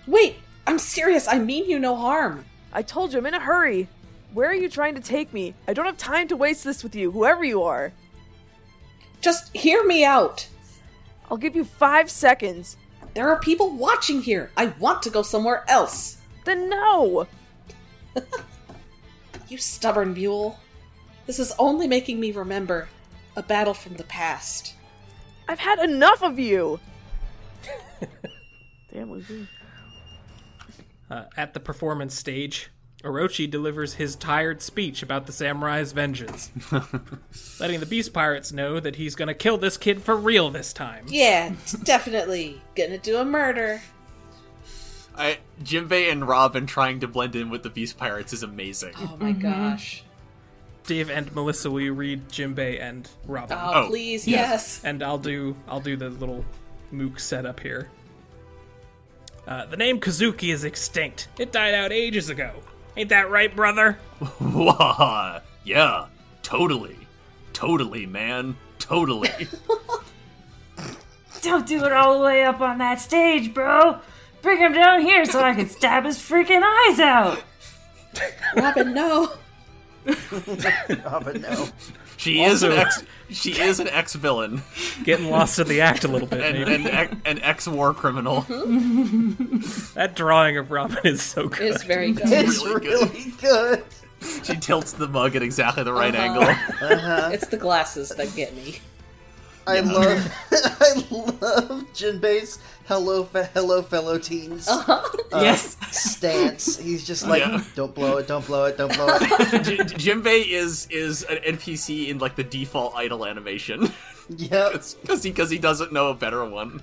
Wait, I'm serious. I mean you no harm. I told you I'm in a hurry. Where are you trying to take me? I don't have time to waste this with you, whoever you are. Just hear me out. I'll give you five seconds. There are people watching here. I want to go somewhere else. Then no. You stubborn mule. This is only making me remember a battle from the past. I've had enough of you. Damn, Luffy. Uh, at the performance stage, Orochi delivers his tired speech about the samurai's vengeance, letting the beast pirates know that he's gonna kill this kid for real this time. Yeah, definitely gonna do a murder. I, Jinbei and Robin trying to blend in with the Beast Pirates is amazing. Oh my gosh. Dave and Melissa, will you read Jimbei and Robin? Oh, Oh, please, yes. and I'll do I'll do the little mook setup here. Uh, the name Kazuki is extinct. It died out ages ago. Ain't that right, brother? Wah, yeah, totally. Totally, man. Totally. Don't do it all the way up on that stage, bro. Bring him down here so I can stab his freaking eyes out. Robin, no. Oh, but no. She is an ex she is an ex villain. Getting lost in the act a little bit, An, maybe. an, ex- an ex war criminal. That drawing of Robin is so good. It's very good. It's Really really, good. good. She tilts the mug at exactly the right angle. Uh-huh. It's the glasses that get me. I love, I love Jinbei's hello, fe- hello, fellow teens uh, yes. stance. He's just like, Uh-huh. Oh, Yeah. don't blow it, don't blow it, don't blow it. J- Jinbei is is an NPC in like the default idol animation yep. because he because he doesn't know a better one.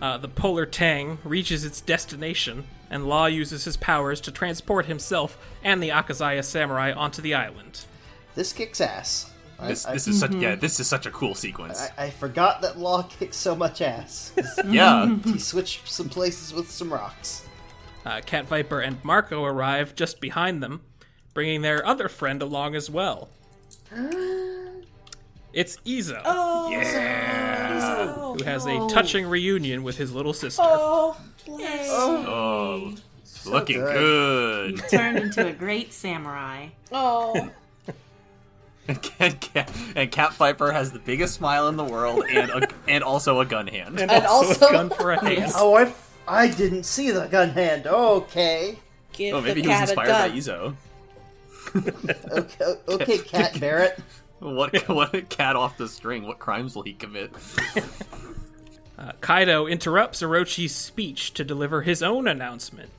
Uh, the polar tang reaches its destination, and Law uses his powers to transport himself and the Akazaya samurai onto the island. This kicks ass. I, This, I- this is such yeah. This is such a cool sequence. I, I forgot that Law kicks so much ass. yeah, he switched some places with some rocks. Uh, Cat Viper and Marco arrive just behind them, bringing their other friend along as well. It's Izo, Oh, who has a touching reunion with his little sister. oh, bless. oh, looking He good. turned into a great samurai. Oh, And Cat, and Cat Piper has the biggest smile in the world, and a, and also a gun hand. and So a also gun for a hand. Yes. Oh, I, f- I didn't see the gun hand. Okay. give oh, maybe he the was cat a inspired by gun. Izo. Okay, okay Cat Barrett. What what a cat off the string? What crimes will he commit? Uh, Kaido interrupts Orochi's speech to deliver his own announcement.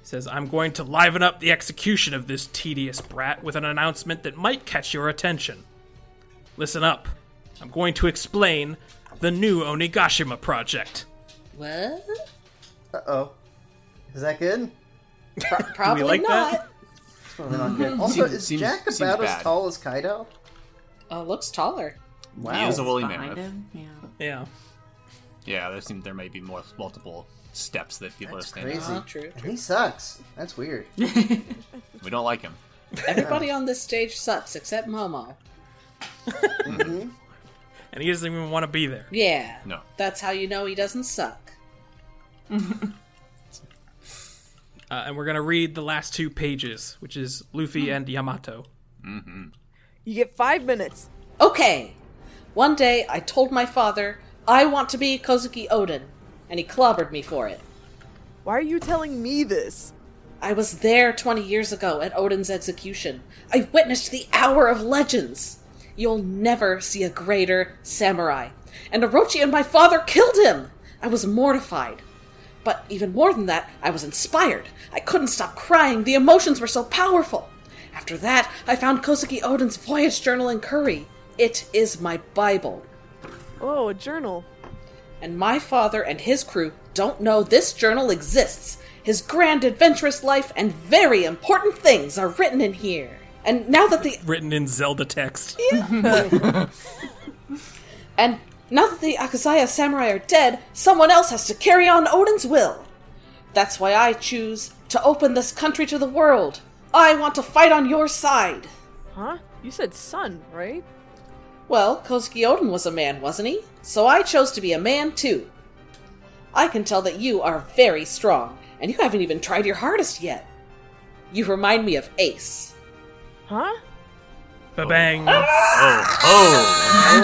He says, I'm going to liven up the execution of this tedious brat with an announcement that might catch your attention. Listen up. I'm going to explain the new Onigashima project. What? Uh oh. Is that good? Probably like not. that? Probably not good. Also, Seems- is seems- Jack seems about as bad. tall as Kaido? Uh, looks taller. Wow. He is a woolly Behind mammoth. him. Yeah. Yeah. Yeah, there seem there may be more multiple steps that people That's are standing. crazy. Uh, true. And he sucks. That's weird. on. We don't like him. Everybody on this stage sucks except Momo. And he doesn't even want to be there. Yeah. No. That's how you know he doesn't suck. Uh, and we're going to read the last two pages, which is Luffy and Yamato. You get five minutes. Okay. One day I told my father, I want to be Kozuki Odin, and he clobbered me for it. Why are you telling me this? I was there 20 years ago at Odin's execution. I witnessed the Hour of Legends. You'll never see a greater samurai. And Orochi and my father killed him! I was mortified. But even more than that, I was inspired. I couldn't stop crying. The emotions were so powerful. After that, I found Kosuke Odin's voyage journal in Curry. It is my Bible. Oh, a journal. And my father and his crew don't know this journal exists. His grand adventurous life and very important things are written in here. And now that the Written in Zelda text. and now that the Akazaya samurai are dead, someone else has to carry on Odin's will. That's why I choose to open this country to the world. I want to fight on your side. Huh? You said sun, right? Well, Kosuke Odin was a man, wasn't he? So I chose to be a man too. I can tell that you are very strong, and you haven't even tried your hardest yet. You remind me of Ace. Huh? Ba bang. Oh, oh, oh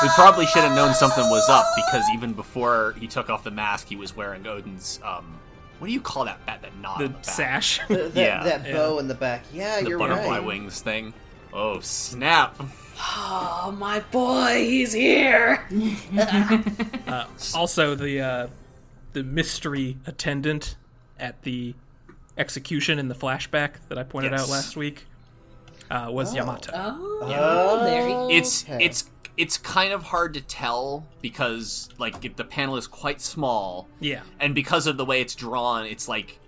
boy, oh boy. We probably should have known something was up because even before he took off the mask, he was wearing Odin's um, what do you call that bat? That knot, on The back? sash. That, Yeah. that bow in the back. Yeah, the you're butterfly right. wings thing. Oh snap! Oh, my boy, he's here! also the uh, the mystery attendant at the execution in the flashback that I pointed out Yes. last week uh, was Yamato. Oh, Oh. there he It's Okay. it's it's kind of hard to tell because like it, the panel is quite small, yeah, and because of the way it's drawn, it's like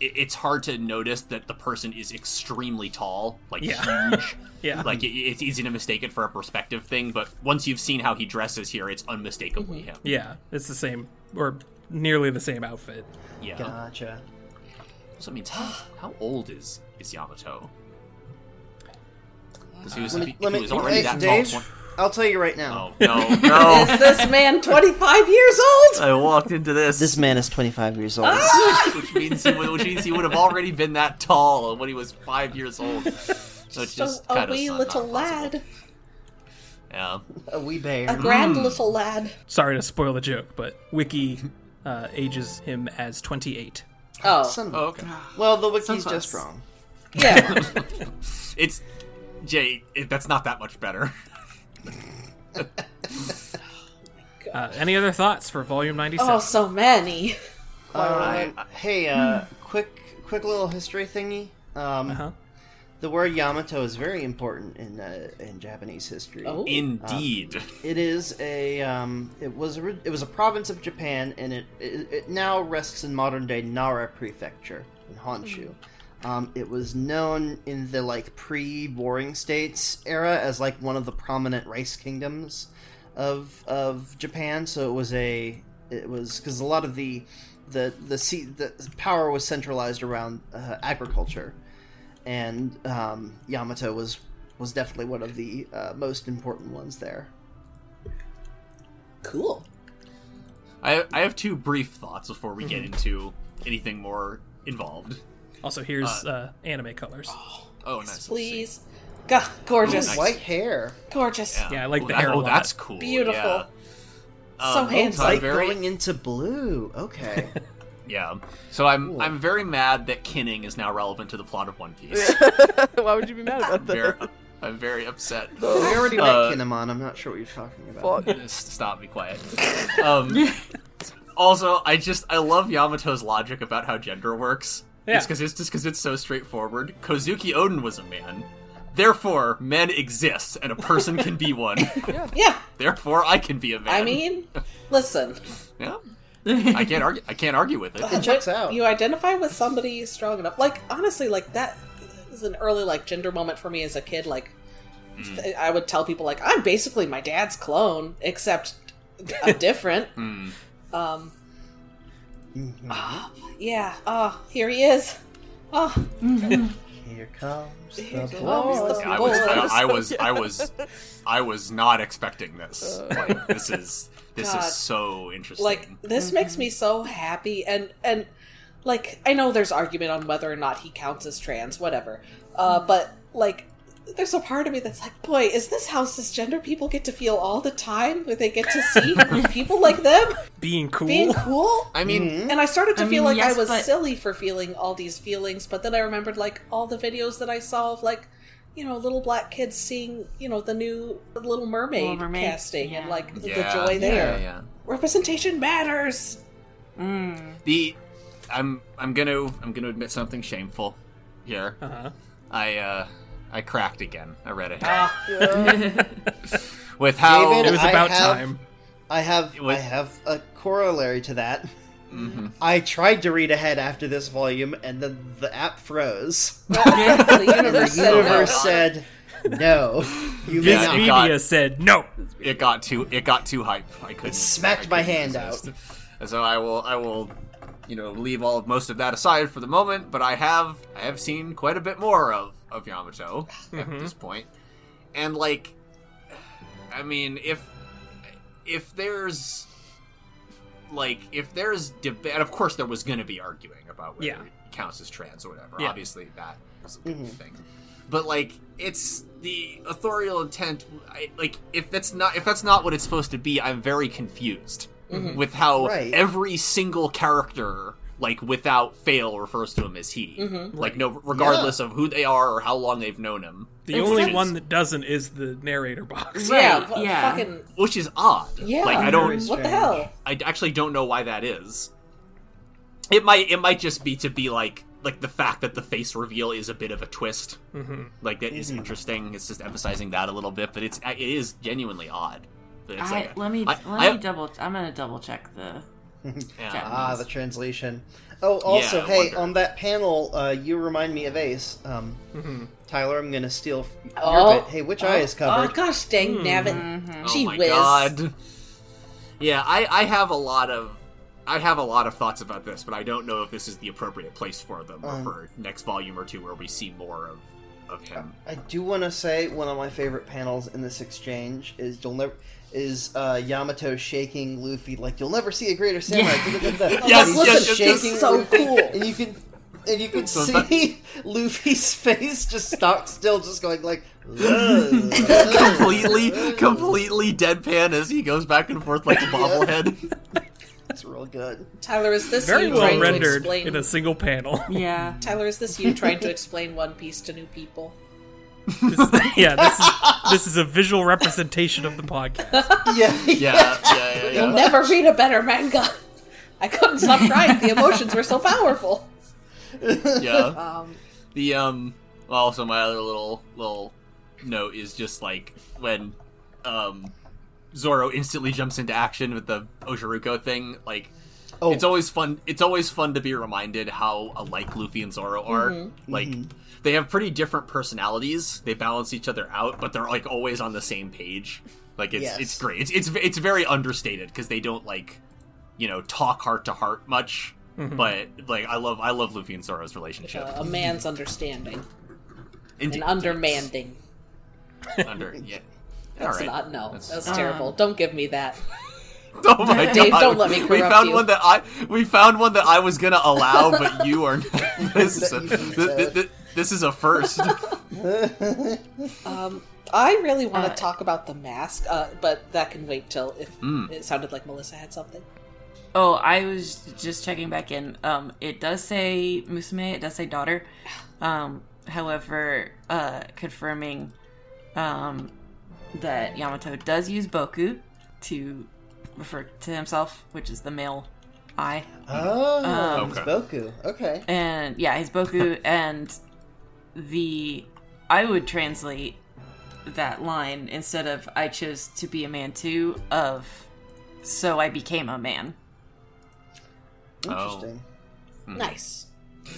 it, it's hard to notice that the person is extremely tall, like Yeah. huge. Yeah. Like it, it's easy to mistake it for a perspective thing, but once you've seen how he dresses here, it's unmistakably Mhm. him. Yeah, it's the same or nearly the same outfit. Yeah. Gotcha. So I mean, how, how old is is Yamato? Because he was, Uh, if Let me, he, let if he me was already hey, that Dave, tall. I'll tell you right now. Oh no, no! Is this man 25 years old? I walked into this, This man is 25 years old. which means he would, which means he would have already been that tall when he was five years old. So it's So just a kind of wee not little possible. lad, Yeah. A wee bear. a grand Hmm. little lad. Sorry to spoil the joke, but Wiki uh, ages him as 28. Oh, Son of a- Oh, okay. Well, the wiki's Sometimes. just wrong. yeah. It's Jay. It, that's not that much better. Uh, any other thoughts for Volume 97? Oh, so many. Uh, hey, uh, Hmm. quick, quick little history thingy. Um, Uh-huh. The word Yamato is very important in uh, in Japanese history. Oh. Indeed. It is a um, it was a, it was a province of Japan, and it, it it now rests in modern day Nara Prefecture in Honshu. Um, it was known in the like pre-warring states era as like one of the prominent rice kingdoms of of Japan. So it was a it was because a lot of the the the, sea, the power was centralized around uh, agriculture, and um, Yamato was was definitely one of the uh, most important ones there. Cool. I I have two brief thoughts before we Mm-hmm. get into anything more involved. Also, here's uh, anime colors. Oh, nice. Please. God, gorgeous. Ooh, White hair. Gorgeous. Yeah, I like oh, the that- hair a Oh, lot. that's cool. Beautiful. Yeah. So Um, handsome. I'm Light very- going into blue. Okay. Yeah. So I'm Cool. I'm very mad that Kinning is now relevant to the plot of One Piece. Why would you be mad about that? Very- I'm very upset. we already met Uh, Kinemon. I'm not sure what you're talking about. Fuck. S- Stop. Be quiet. Um, also, I just I love Yamato's logic about how gender works. Yeah. It's because it's just because it's so straightforward. Kozuki Odin was a man. Therefore, men exist, and a person can be one. Yeah, Therefore, I can be a man. I mean, listen. yeah. I can't argue. I can't argue with it. It checks out. You identify with somebody strong enough. Like, honestly, like, that is an early, like, gender moment for me as a kid. Like, th- I would tell people, like, I'm basically my dad's clone, except I'm different. Hmm. Um, Mm-hmm. ah, yeah. Oh, here he is. Oh, Here comes Here the comes boy. the- I was, I, I was, I was, I was not expecting this. Like, this is, this Uh. God. is so interesting. like this makes Mm-hmm. me so happy and and like i know there's argument on whether or not he counts as trans whatever uh Mm-hmm. but like there's a part of me that's like boy is this how cisgender people get to feel all the time when they get to see people like them Being cool. being cool I mean, and i started to I feel mean, like yes, i was but- silly for feeling all these feelings but then i remembered like all the videos that i saw of like you know little black kids seeing you know the new little mermaid, Little Mermaid, casting and yeah. like the- yeah, the joy there Yeah, yeah. representation matters Mm. The, I'm, I'm gonna, I'm gonna admit something shameful here. Uh-huh. I, uh, I cracked again. I read it with It how. David- was I about have- time. I have It was- Mm-hmm. I have a corollary to that. I tried to read ahead after this volume, and then the app froze. the The universe said universe no. said, "No, you may Yeah, not." it Media got- said no. It got too, it got too hype. I could smacked my hand out. So I will, I will, you know, leave all of most of that aside for the moment. But I have, I have seen quite a bit more of of Yamato at Mm-hmm. this point, and like, I mean, if if there's like if there's debate, of course there was going to be arguing about whether Yeah. it counts as trans or whatever. Yeah. Obviously, that is a good Mm-hmm. thing. But like, it's the authorial intent. I, like, if that's not if that's not what it's supposed to be, I'm very confused with how Right. every single character. Like without fail refers to him as he, like no, regardless of who they are or how long they've known him, The only one that doesn't is the narrator box. Yeah, Right, fu- yeah. fucking which is odd. yeah. like I don't, Very What the strange. hell? I actually don't know why that is. It might it might just be to be like like the fact that the face reveal is a bit of a twist. Mm-hmm. Like that is interesting. It's just emphasizing that a little bit, but it's it is genuinely odd. But it's I, like- let me I- let I- me double. I'm gonna double check the Yeah. Ah, the translation. Oh, also, Yeah, I hey, wonder. on that panel, uh, you remind me of Ace. Um, Mm-hmm. Tyler, I'm going to steal f- your Oh. bit. Hey, which eye is covered? Oh gosh, dang Hmm. nabbit! Mm-hmm. Gee oh my whiz! god. Yeah, I, I have a lot of I have a lot of thoughts about this, but I don't know if this is the appropriate place for them or for next volume or two where we see more of of him. I do want to say one of my favorite panels in this exchange is you'll never is uh, Yamato shaking Luffy like you'll never see a greater samurai. Yes, yes, yes, yes, yes. So cool. and you can and you can So see Luffy's face just stock still, just going like. "Ugh." completely completely deadpan as he goes back and forth like a bobblehead. it's real good. Tyler, is this Very you well trying to rendered explain? in a single panel. Yeah. Tyler, is this you trying to explain One Piece to new people? This- yeah, this is, this is a visual representation of the podcast. Yeah, Yeah, yeah, yeah, You'll yeah. never read a better manga. I couldn't stop crying. The emotions were so powerful. yeah. Um, The um well, also my other little little note is just like when um Zoro instantly jumps into action with the Oshiruko thing, like Oh. it's always fun it's always fun to be reminded how alike Luffy and Zoro are. Like they have pretty different personalities. They balance each other out, but they're like always on the same page. Like it's Yes. it's great. It's it's it's very understated because they don't like you know talk heart to heart much. But like I love I love Luffy and Zoro's relationship. uh, a man's understanding Indeed. and undermanding. under. Yeah. That's All right. not no. That's, That's- terrible. Um, don't give me that. Oh my Dave, god. don't let me we corrupt found you. one that I we found one that I was gonna allow, but you are. This is a, That you thi- thi- thi- this is a first. Um, I really want Uh, to talk about the mask, uh, but that can wait till if Hmm. it sounded like Melissa had something. Oh, I was just checking back in. Um, it does say Musume, it does say daughter. Um, however, uh, confirming um, that Yamato does use Boku to refer to himself, which is the male eye. Oh, it's Okay. Boku. Okay. And yeah, his Boku and the. I would translate that line instead of I chose to be a man too, of so I became a man. Oh. Interesting. Hmm. Nice.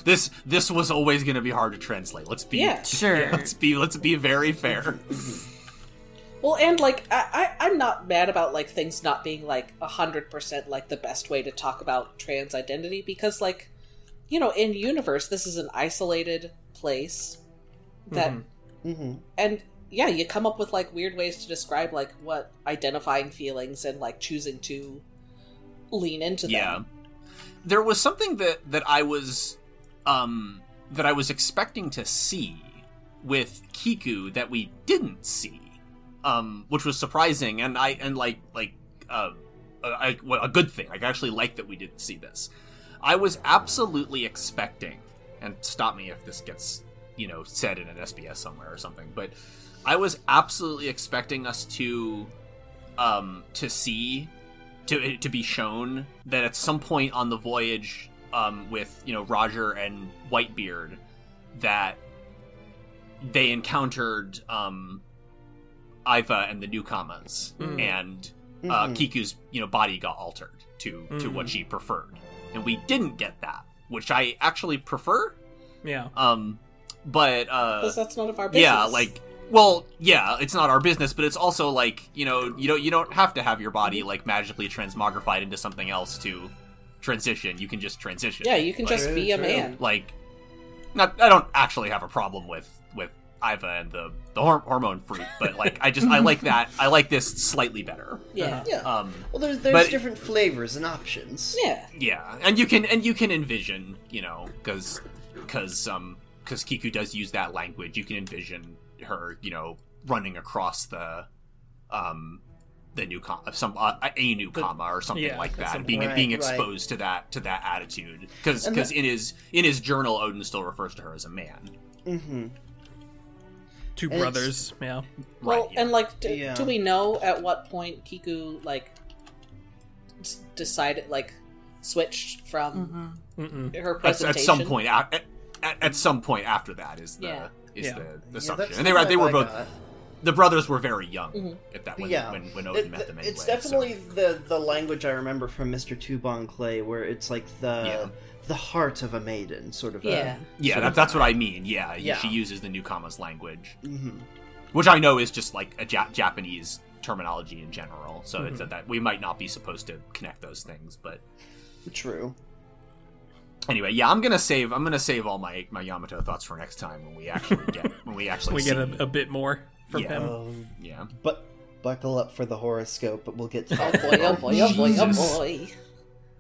this this was always gonna be hard to translate. Let's be Yeah. Sure. Let's be let's be very fair. Well, and like I, I, I'm not mad about like things not being like hundred percent like the best way to talk about trans identity because like, you know, in universe this is an isolated place that, Mhm. and yeah, you come up with like weird ways to describe like what identifying feelings and like choosing to lean into Yeah. them. There was something that that I was um that I was expecting to see with Kiku that we didn't see. Um which was surprising and I and like like uh a, I- well, a good thing. Like, I actually like that we didn't see this. I was absolutely expecting and stop me if this gets, you know, said in an SBS somewhere or something, but I was absolutely expecting us to um to see to to be shown that at some point on the voyage um, with you know Roger and Whitebeard that they encountered um, Iva and the newcomers and Mm-hmm. uh, Hmm. Kiku's you know body got altered to to what she preferred and we didn't get that which I actually prefer Yeah. um, but uh, Because that's none of our business. yeah like well yeah it's not our business but it's also like you know you don't you don't have to have your body like magically transmogrified into something else to transition you can just transition yeah, you can Like- Uh-huh. just True, be a true. man. like not i don't actually have a problem with with iva and the the hor- hormone fruit but like i just i like that i like this slightly better Yeah, Yeah. um well, there's there's but- different flavors and options. yeah. yeah and you can and you can envision you know because because um because kiku does use that language you can envision her you know running across the um the new com- some uh, a new comma or something yeah, like at that some and being point. being Right, right. exposed to that to that attitude because And in his in his journal odin still refers to her as a man Mm-hmm. Two it's- brothers. Yeah. right Well, yeah. and like, do, Yeah. do we know at what point Kiku like s- decided like switched from Mm-mm. her Mm-hmm. at, presentation at some point a- at, at, at some point after that is the Yeah. is Yeah. the Yeah, assumption that's and they were the they were vibe I both got. the brothers were very young at that when, Mm-hmm. yeah, when, when Odin It- met them. Anyway, it's so- definitely the the language I remember from Mr. Tubon Clay, where it's like the Yeah. the heart of a maiden, sort of. a- Yeah. yeah, that, that's what I mean. Yeah, Yeah. she uses the new commas language, Mm-hmm. which I know is just like a ja- Japanese terminology in general. So Mm-hmm. it's that we might not be supposed to connect those things, but true. anyway, yeah, I'm gonna save. I'm gonna save all my my Yamato thoughts for next time when we actually get when we actually we get see- a, a bit more from Yeah. him. Um, yeah. but buckle up for the horoscope, but we'll get to Oh that. boy, oh boy, oh boy, oh Jesus. boy.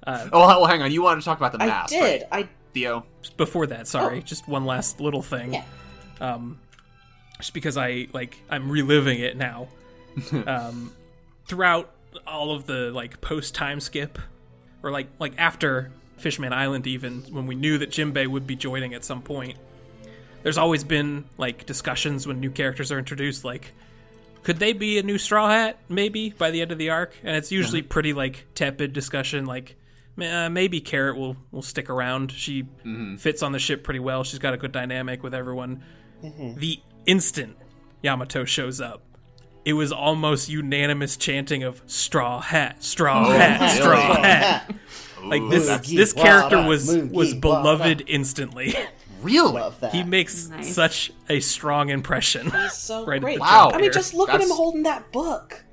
Oh, well, hang on. You wanted to talk about the I mask? did. right, I Theo. before that sorry just one last little thing Yeah. um just because i like i'm reliving it now um throughout all of the like post time skip or like like after fishman island even when we knew that jimbei would be joining at some point there's always been like discussions when new characters are introduced like could they be a new straw hat maybe by the end of the arc and it's usually pretty like tepid discussion like "Meh, maybe carrot will will stick around she fits on the ship pretty well she's got a good dynamic with everyone the instant yamato shows up it was almost unanimous chanting of straw hat straw hat really? straw hat like this Moogie this waba, character was moogie was waba. beloved instantly Really? Love that. he makes Nice. such a strong impression It's so Right at great. the Wow. I here. mean, just look at him That's- holding that book.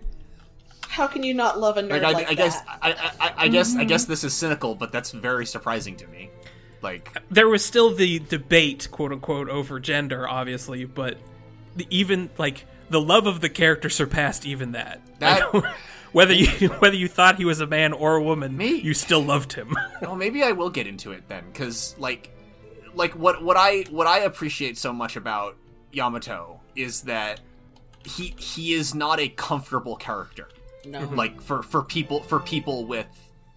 How can you not love a nerd Like, like, I, I guess, that? I, I, I- I guess, Mm-hmm. I guess this is cynical, but that's very surprising to me. Like, there was still the debate, quote unquote, over gender, obviously, but the, even like the love of the character surpassed even that. That- Like, whether you whether you thought he was a man or a woman, Me? you still loved him. well, Oh, maybe I will get into it then, because like, like what what I what I appreciate so much about Yamato is that he he is not a comfortable character. No. Like for for people for people with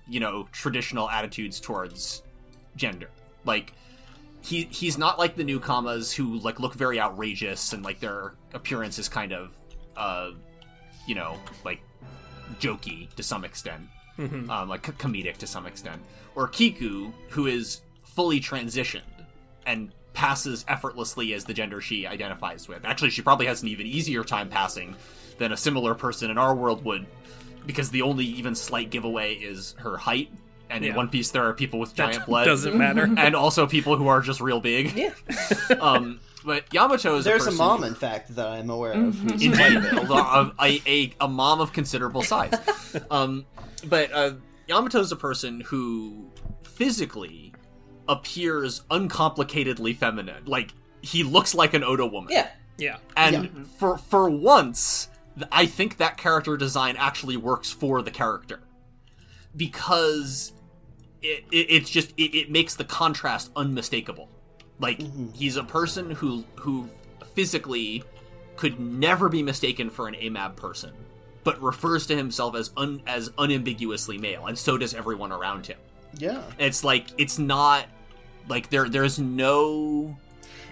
you know traditional attitudes towards gender. Like he he's not like the new commas who like look very outrageous and like their appearance is kind of uh you know like jokey to some extent Mm-hmm. um, like c- comedic to some extent or kiku who is fully transitioned and passes effortlessly as the gender she identifies with actually she probably has an even easier time passing than a similar person in our world would because the only even slight giveaway is her height and in Yeah. one piece there are people with giant That blood doesn't matter. and also people who are just real big. Yeah. Um, but Yamato is There's a person, mom, in fact, that I'm aware of. Mm-hmm. who's indeed, a, lo- a, a, a mom of considerable size. Um, but uh, Yamato is a person who physically appears uncomplicatedly feminine. Like he looks like an Oda woman. Yeah. yeah, And for for once, th- I think that character design actually works for the character because it, it it's just it, it makes the contrast unmistakable. Like he's a person who who physically could never be mistaken for an AMAB person, but refers to himself as un, as unambiguously male, and so does everyone around him. Yeah. It's like it's not like there there's no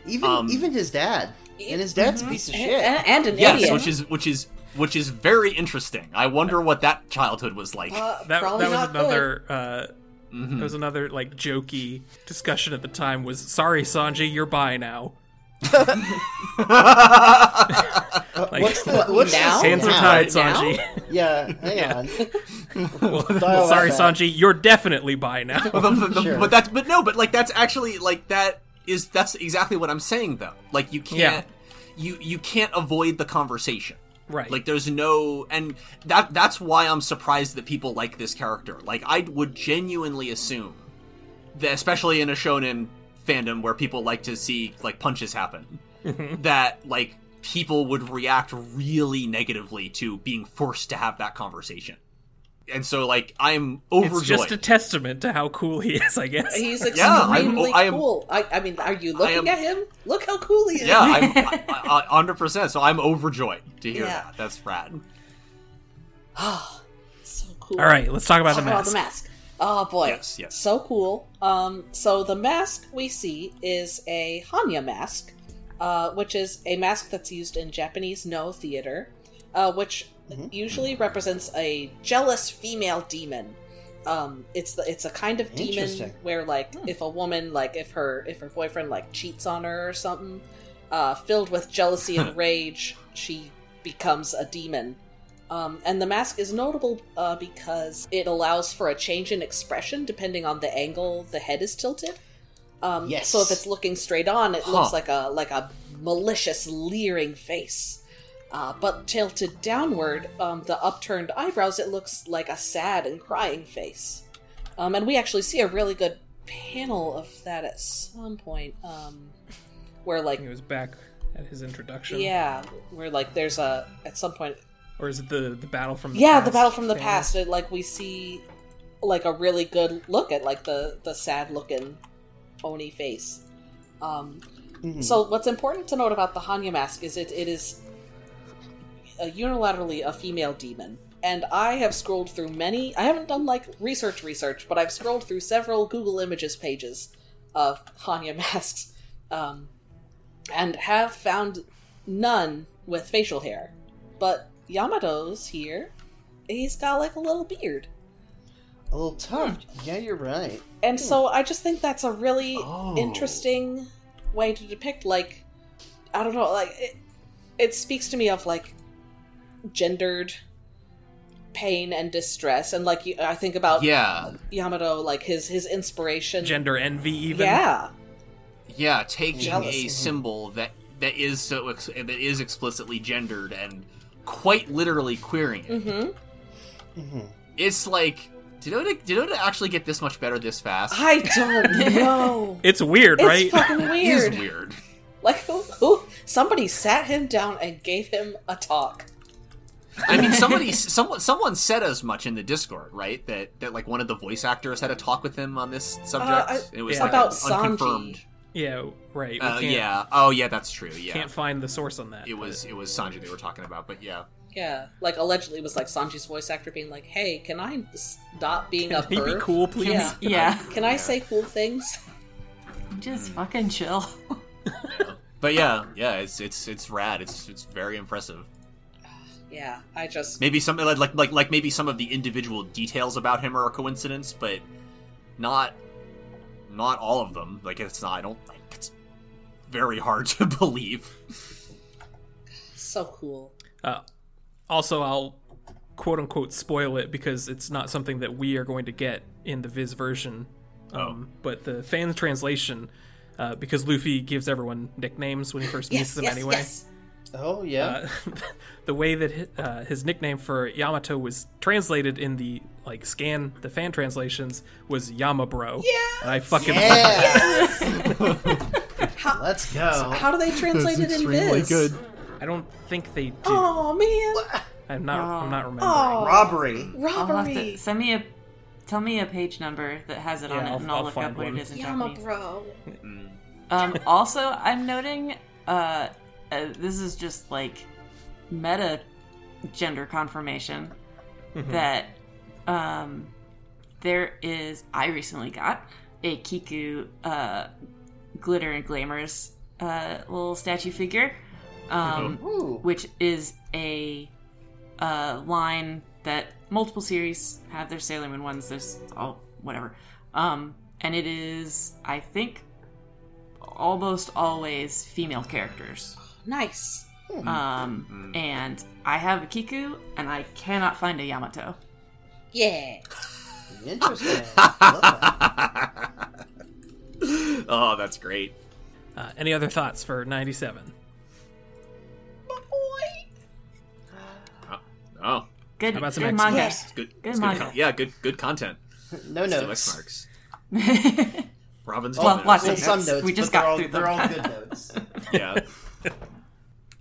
Even Um, even his dad. And his dad's a piece of And, shit. and an Yes, idiot. which is which is which is very interesting. I wonder what that childhood was like. Uh, that, that probably was not good. another. Uh, That was another like jokey discussion at the time. Was sorry, Sanji, you're by now. Uh, Like- what's the what's Now? the Hands are now? tied, Now? Sanji. Yeah, hang on. Well, Dial sorry, that back. Sanji, you're definitely by now. But the- the- Sure. But that's but no, but like that's actually like that is that's exactly what I'm saying though. Like you can't you you can't avoid the conversation. right. Like there's no and that that's why I'm surprised that people like this character. Like I would genuinely assume that especially in a shonen fandom where people like to see like punches happen Mm-hmm. that like people would react really negatively to being forced to have that conversation. And so like I'm overjoyed. it's just a testament to how cool he is, I guess. He's Yeah, I'm- extremely I am- cool. I, I mean, are you am- looking at him? Look how cool he is. yeah, I'm I- I- I- 100%. So I'm overjoyed to hear Yeah. that. That's rad. So cool. All right, let's talk about, Talk the, about mask. the mask. Oh boy. Yes, yes. So cool. Um, so the mask we see is a Hanya mask, uh, which is a mask that's used in Japanese no theater, uh, which Mm-hmm. usually represents a jealous female demon. Um, it's the, it's a kind of demon Interesting. where like Hmm. if a woman like if her if her boyfriend like cheats on her or something, uh, filled with jealousy and rage, she becomes a demon. Um, and the mask is notable uh, because it allows for a change in expression depending on the angle the head is tilted. Um, Yes. So if it's looking straight on, it Huh. looks like a like a malicious, leering face. Uh, but tilted downward, um, the upturned eyebrows, it looks like a sad and crying face. Um, and we actually see a really good panel of that at some point, um, where like He was back at his introduction. yeah, where like there's a at some point Or is it the, the battle from the yeah the past battle from the thing? past it, like we see like a really good look at like the the sad looking oni face um Hmm. Mm-hmm. so what's important to note about the hanya mask is it it is uh unilaterally a female demon and i have scrolled through many i haven't done like research research but i've scrolled through several google images pages of hanya masks um, and have found none with facial hair but yamato's here he's got like a little beard. A little tough. Yeah, you're right. And so I just think that's a really Hmm. Oh. interesting way to depict like I don't know, like it, it speaks to me of like gendered pain and distress and like you- I think Oh. about Yeah, Yamato like his his inspiration Gender envy, even. Yeah. yeah. Taking Jealousy. a symbol that that is so ex- that is explicitly gendered and quite literally queering it. Mhm. It's like did Oda, did Oda actually get this much better this fast? I don't know. It's weird, it's right? fucking It is weird. weird. Like who, who somebody sat him down and gave him a talk. I mean, somebody, someone, someone said as much in the Discord, right? That that like one of the voice actors had a talk with him on this subject. Uh, I- it was Yeah. like About an Sanji. unconfirmed. yeah, right. We Uh, can't, yeah. Oh, yeah. That's true. Yeah. can't find the source on that. It was it was Sanji they were talking about, but yeah. Yeah, like allegedly it was like Sanji's voice actor being like, "Hey, can I stop being a Can he be perv? cool, please? Yeah. Yeah, Can I say cool things?" just fucking chill. But yeah, yeah. It's it's it's rad. It's it's very impressive. Yeah, I just Maybe some like like like, like maybe some of the individual details about him are a coincidence, but not not all of them. Like it's not. I don't. Like, it's very hard to believe. so cool. Also, I'll quote unquote spoil it because it's not something that we are going to get in the Viz version. Um, But the fan translation, uh, because Luffy gives everyone nicknames when he first meets Yes, them yes, anyway. yes. Oh yeah. Uh, the way that hi- uh, his nickname for Yamato was translated in the like scan the fan translations was Yama Bro. Yeah, and I fucking yeah. Let's go. How do they translate it in Viz? I don't think they did. Oh man, I'm not. I'm not remembering. oh Robbery. I'll have robbery, to send me a tell me a page number that has it on Yeah, it, I'll- and I'll, I'll look find up what one. it is in Yama Japanese. bro. Mm. Um, also, I'm noting uh, uh, this is just like meta gender confirmation Hmm. Mm-hmm. that um, there is. I recently got a Kiku uh, glitter and glamours uh, little statue figure, Uh-huh. um, Ooh. which is a uh, line that multiple series have their Sailor Moon ones. There's all whatever, um, and it is I think almost always female characters. Nice. Um, and I have a Kiku, and I cannot find a Yamato. Yeah. Interesting. Love that. oh, that's great. Uh, any other thoughts for 97? Oh, Good, How about some good X-Men? manga. it's good. Good it's good manga. con- yeah, good good content. No Still X notes. marks. Robin's Well, dominant. lots Well, of some notes. notes. We just but got they're all, through them. They're all good notes. yeah.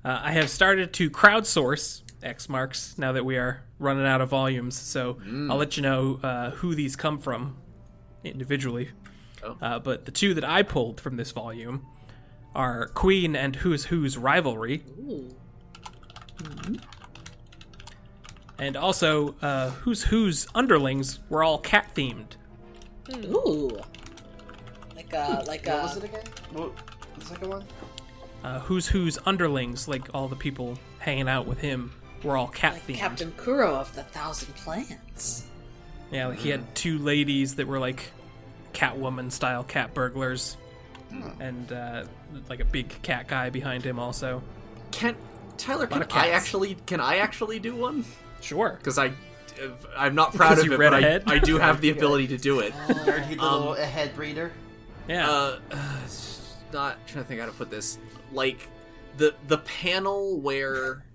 Uh, I have started to crowdsource X marks now that we are running out of volumes, so Mm. I'll let you know uh, who these come from individually. Oh. Uh, but the two that I pulled from this volume are Queen and Who's Who's Rivalry. Mhm. And also, uh, Who's Who's Underlings were all cat themed. Ooh. Like a like uh, What was a it again? What, the second one? Uh, who's Who's Underlings, like all the people hanging out with him, were all cat like themed. Captain Kuro of the Thousand Plants. Yeah, like he had two ladies that were like Catwoman style cat Hmm. burglars, and uh, like a big cat guy behind him also. Can Tyler, lot can of I cats. actually can I actually do one? Sure. Because I, uh, I'm not proud Because of you it, read but I, ahead? I do have the ability to do it. Nerdy little Um, head breeder. Yeah. Uh, it's not trying to think how to put this. Like the the panel where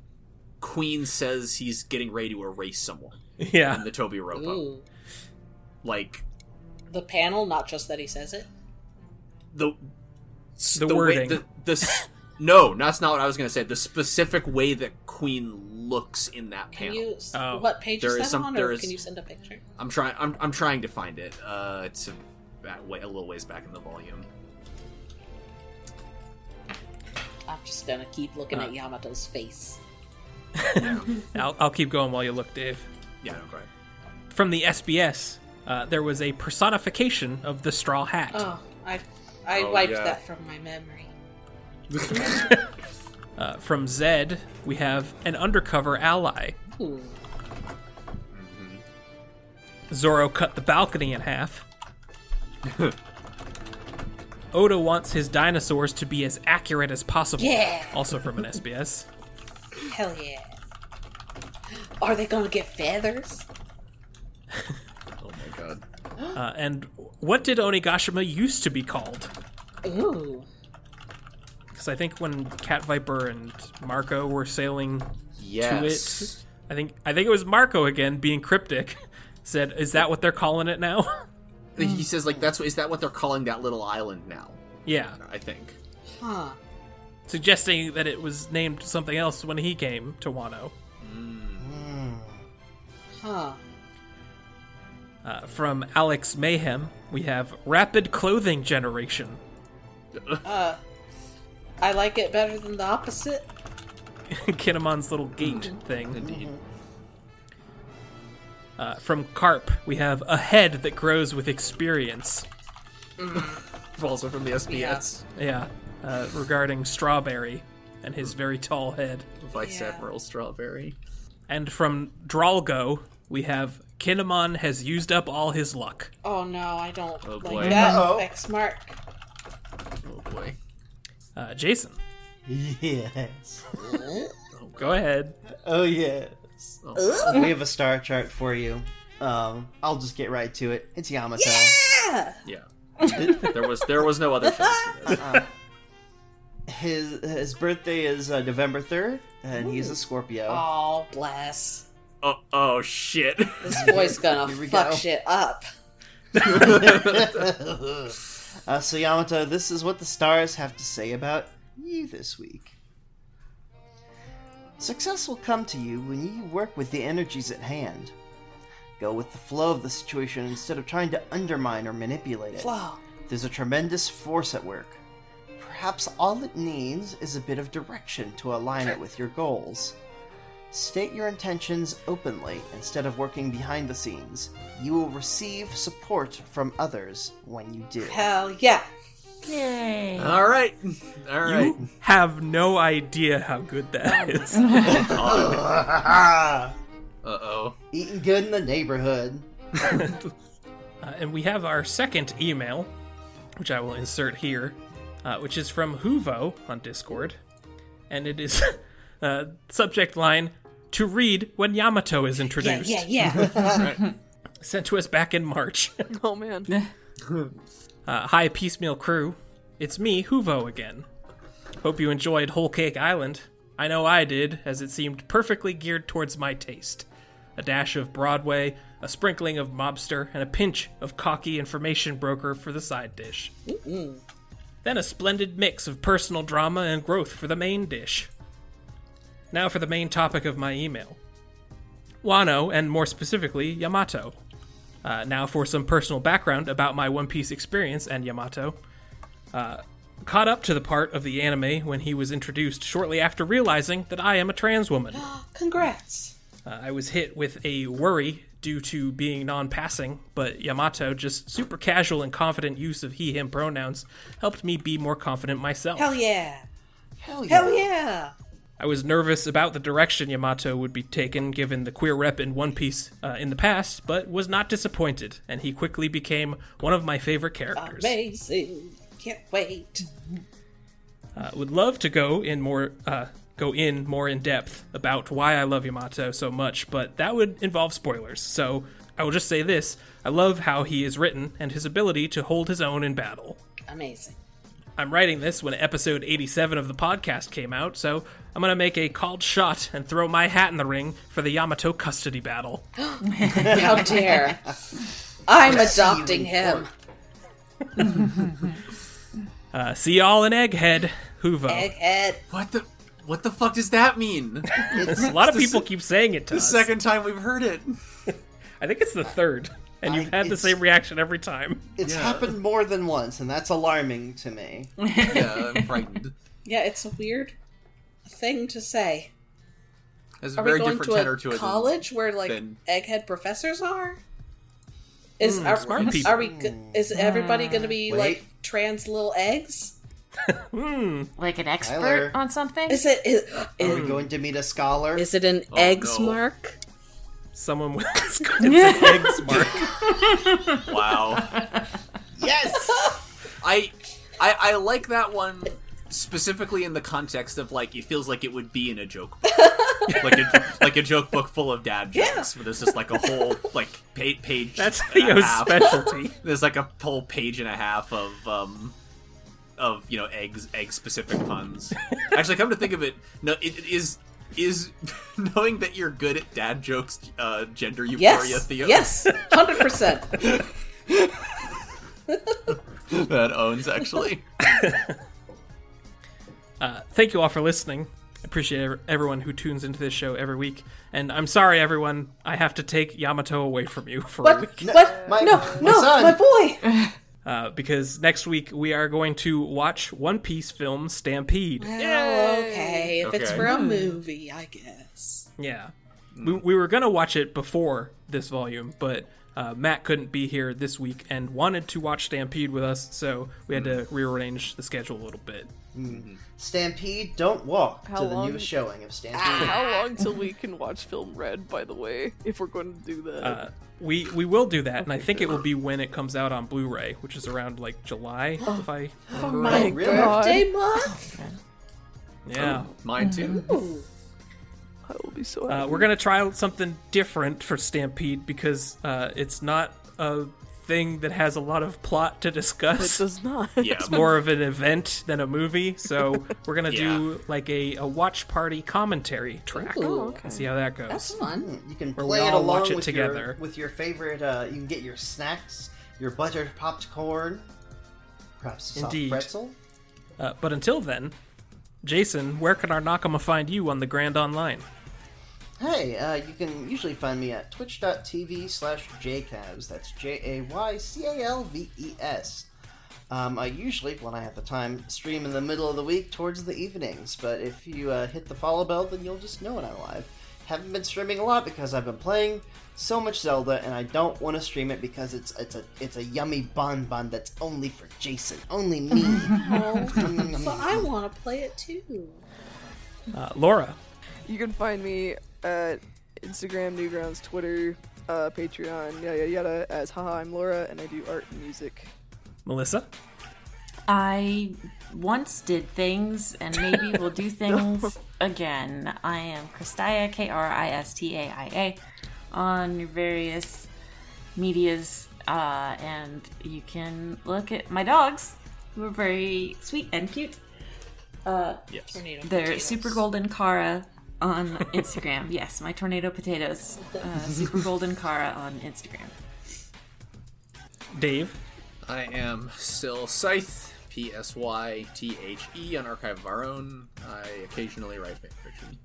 Queen says he's getting ready to erase someone yeah. in the Toby Ropo. Ooh. Like The panel, not just that he says it. the The way- wording. the, the s- no, that's not what I was going to say. The specific way that Queen looks in that Can panel. you? s- Oh. What page There is is that some- on? there Or is- can you send a picture? I'm trying. I'm, I'm trying to find it. Uh, it's a, that way, a little ways back in the volume. I'm just gonna keep looking at Yamato's face. I'll, I'll keep going while you look, Dave. Yeah, no, go ahead. From the SBS, uh, there was a personification of the Straw Hat. Oh, I I Oh, wiped yeah. that from my memory. Uh, from Zed, we have an undercover ally. Ooh. Zoro cut the balcony in half. Oda wants his dinosaurs to be as accurate as possible. Yeah. Also from an SBS. Hell yeah. Are they gonna get feathers? Oh my god. Uh, and what did Onigashima used to be called? Ooh. Because I think when Cat Viper and Marco were sailing Yes. I think I think it was Marco again being cryptic. Said, "Is that what they're calling it now?" He says like that's what- is that what they're calling that little island now? yeah, I think. Huh. suggesting that it was named something else when he came to Wano. Huh. Uh, from Alex Mayhem, we have Rapid Clothing Generation. Uh. I like it better than the opposite. Kinemon's little gate thing. Indeed. Uh, from Carp, we have a head that grows with experience. Also from the SBS Yeah, uh, regarding Strawberry and his very tall head. Vice Yeah. Admiral Strawberry. And from Dralgo, we have Kinemon has used up all his luck. Oh no, I don't Oh, like boy. that. Uh-oh. X mark. Oh boy. Uh, Jason, Yes. go ahead. Oh yes. Oh. We have a star chart for you. Um, I'll just get right to it. It's Yamato. Yeah. Yeah. there was there was no other choice for this. Um, His his birthday is uh, November third, and he's a Scorpio. Oh bless. Oh, oh shit. This boy's gonna Here we fuck go. shit up. Uh, so Yamato, this is what the stars have to say about you this week. Success will come to you when you work with the energies at hand. Go with the flow of the situation instead of trying to undermine or manipulate it. Flow. There's a tremendous force at work. Perhaps all it needs is a bit of direction to align it with your goals. State your intentions openly instead of working behind the scenes. You will receive support from others when you do. Hell yeah. Yay. All right. All right. You have no idea how good that is. Ah, Uh-oh. eating good in the neighborhood. Uh, and we have our second email, which I will insert here, uh, which is from Huvo on Discord. And it is uh, subject line to read when Yamato is Yeah, introduced. yeah, yeah. Sent to us back in March. Oh man. Uh, hi, Piecemeal Crew. It's me, Huvo, again. Hope you enjoyed Whole Cake Island. I know I did, as it seemed perfectly geared towards my taste. A dash of Broadway, a sprinkling of mobster, and a pinch of cocky information broker for the side dish. Then a splendid mix of personal drama and growth for the main dish. Now for the main topic of my email Wano, and more specifically, Yamato. Uh, now for some personal background about my One Piece experience and Yamato. Uh, caught up to the part of the anime when he was introduced shortly after realizing that I am a trans woman. Uh, Congrats. I was hit with a worry due to being non passing, but Yamato, just super casual and confident use of he him pronouns, helped me be more confident myself. Hell yeah. Hell yeah. Hell yeah. I was nervous about the direction Yamato would be taken given the queer rep in One Piece uh, in the past, but was not disappointed, and he quickly became one of my favorite characters. Amazing. Can't wait. Uh, would love to go in more uh, go in more in depth about why I love Yamato so much, but that would involve spoilers. So I will just say this I love how he is written and his ability to hold his own in battle. Amazing. I'm writing this when episode 87 of the podcast came out, so I'm going to make a called shot and throw my hat in the ring for the Yamato custody battle. How dare! I'm See you adopting in him. court. Uh, see y'all in Egghead, Huvo. Egghead. What the? What the fuck does that mean? A lot of people keep saying it to the us. second time we've heard it. I think it's the third, and you've I- had the it's- same reaction every time. It's Yeah. happened more than once, and that's alarming to me. Yeah, I'm frightened. Yeah, it's a weird thing to say. Has a Are very we going different tenor to to it. a than- college where like than- Hmm, egghead professors are? Is Mm, are, smart are people. we? go- Is everybody going to be Wait. like trans little eggs? Hmm. Like an expert Tyler. on something? Is it is, Are Mm. we going to meet a scholar? is it an Oh, eggs no. mark? Someone with it's an eggs mark. Wow. yes. I, I I like that one specifically in the context of like it feels like it would be in a joke book. like a, like a joke book full of dad jokes where there's just like a whole like pa- page That's and a Theo's half. specialty. there's like a whole page and a half of um of you know eggs egg specific puns actually come to think of it no it, it is is knowing that you're good at dad jokes uh gender euphoria Yes, Theo? yes, hundred percent. that owns actually Uh, thank you all for listening. Appreciate ev- everyone who tunes into this show every week. And I'm sorry, everyone. I have to take Yamato away from you for a What? week What? My- no, my no, son. my boy. uh, because next week we are going to watch One Piece film Stampede. Oh, okay, if it's Okay. Hmm. for a movie, I guess. Yeah. We, we were going to watch it before this volume, but uh, Matt couldn't be here this week and wanted to watch Stampede with us, so we had to rearrange the schedule a little bit. Stampede, don't walk How to the long- newest showing of Stampede. Ah. How long till we can watch film red? By the way, if we're going to do that, Uh, we, we will do that, and I think it will be when it comes out on Blu ray, which is around like July, if I. oh my really? god, Day month. Yeah. mine too Ooh. I will be so happy. Uh, we're gonna try out something different for Stampede because uh, it's not a thing that has a lot of plot to it discuss. does not. yeah It's more of an event than a movie, so we're gonna do like a, a watch party commentary track. Ooh, And see how that goes. That's fun. You can Where we play it all along watch it with Your, together. with your favorite. Uh, you can get your snacks, your buttered popcorn, perhaps a soft Indeed. pretzel. Uh, but until then, Jason, where can our Nakama find you on the Grand Online? Hey, uh, you can usually find me at twitch.tv slash jcavs. That's J A Y C A L V E S. Um, I usually, when I have the time, stream in the middle of the week towards the evenings, but if you uh, hit the follow bell, then you'll just know when I'm live. Haven't been streaming a lot because I've been playing so much Zelda, and I don't want to stream it because it's it's a it's a yummy bonbon that's only for Jason, only me. Oh, but I want to play it too. Uh, Laura, You can find me at Instagram, Newgrounds, Twitter, uh, Patreon, yada yada yada. As haha, I'm Laura, and I do art and music. Melissa, I once did things and maybe will do things again. I am Christia, K R I S T A I A, on your various medias, uh, and you can look at my dogs, who are very sweet and cute. Uh, yes They're Super Golden Cara on Instagram. yes, my tornado potatoes. Uh, Super Golden Cara on Instagram. Dave, I am still Scythe, P S Y T H E, on Archive of Our Own. I occasionally write fanfiction.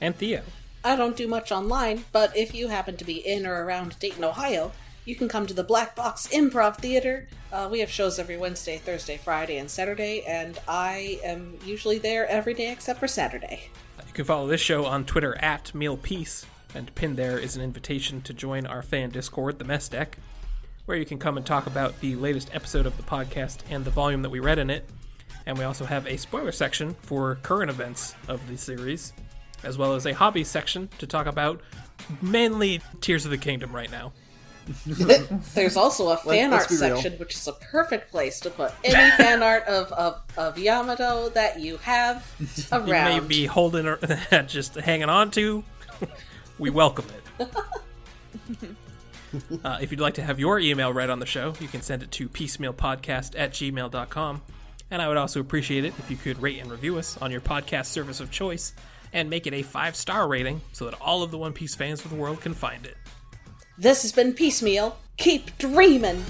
and Theo. I don't do much online, but if you happen to be in or around Dayton, Ohio, you can come to the Black Box Improv Theater. Uh, we have shows every Wednesday, Thursday, Friday, and Saturday, and I am usually there every day except for Saturday. You can follow this show on Twitter at MealPeace, and pinned there is an invitation to join our fan Discord, the Mess Deck, where you can come and talk about the latest episode of the podcast and the volume that we read in it. And we also have a spoiler section for current events of the series, as well as a hobby section to talk about mainly Tears of the Kingdom right now. There's also a fan let's art be real. section, which is a perfect place to put any fan art of, of, of Yamato that you have you around. may be holding or just hanging on to, we welcome it. uh, if you'd like to have your email read on the show, you can send it to piecemealpodcast at gmail.com. And I would also appreciate it if you could rate and review us on your podcast service of choice and make it a five star rating so that all of the One Piece fans of the world can find it. This has been Piecemeal. Keep dreaming!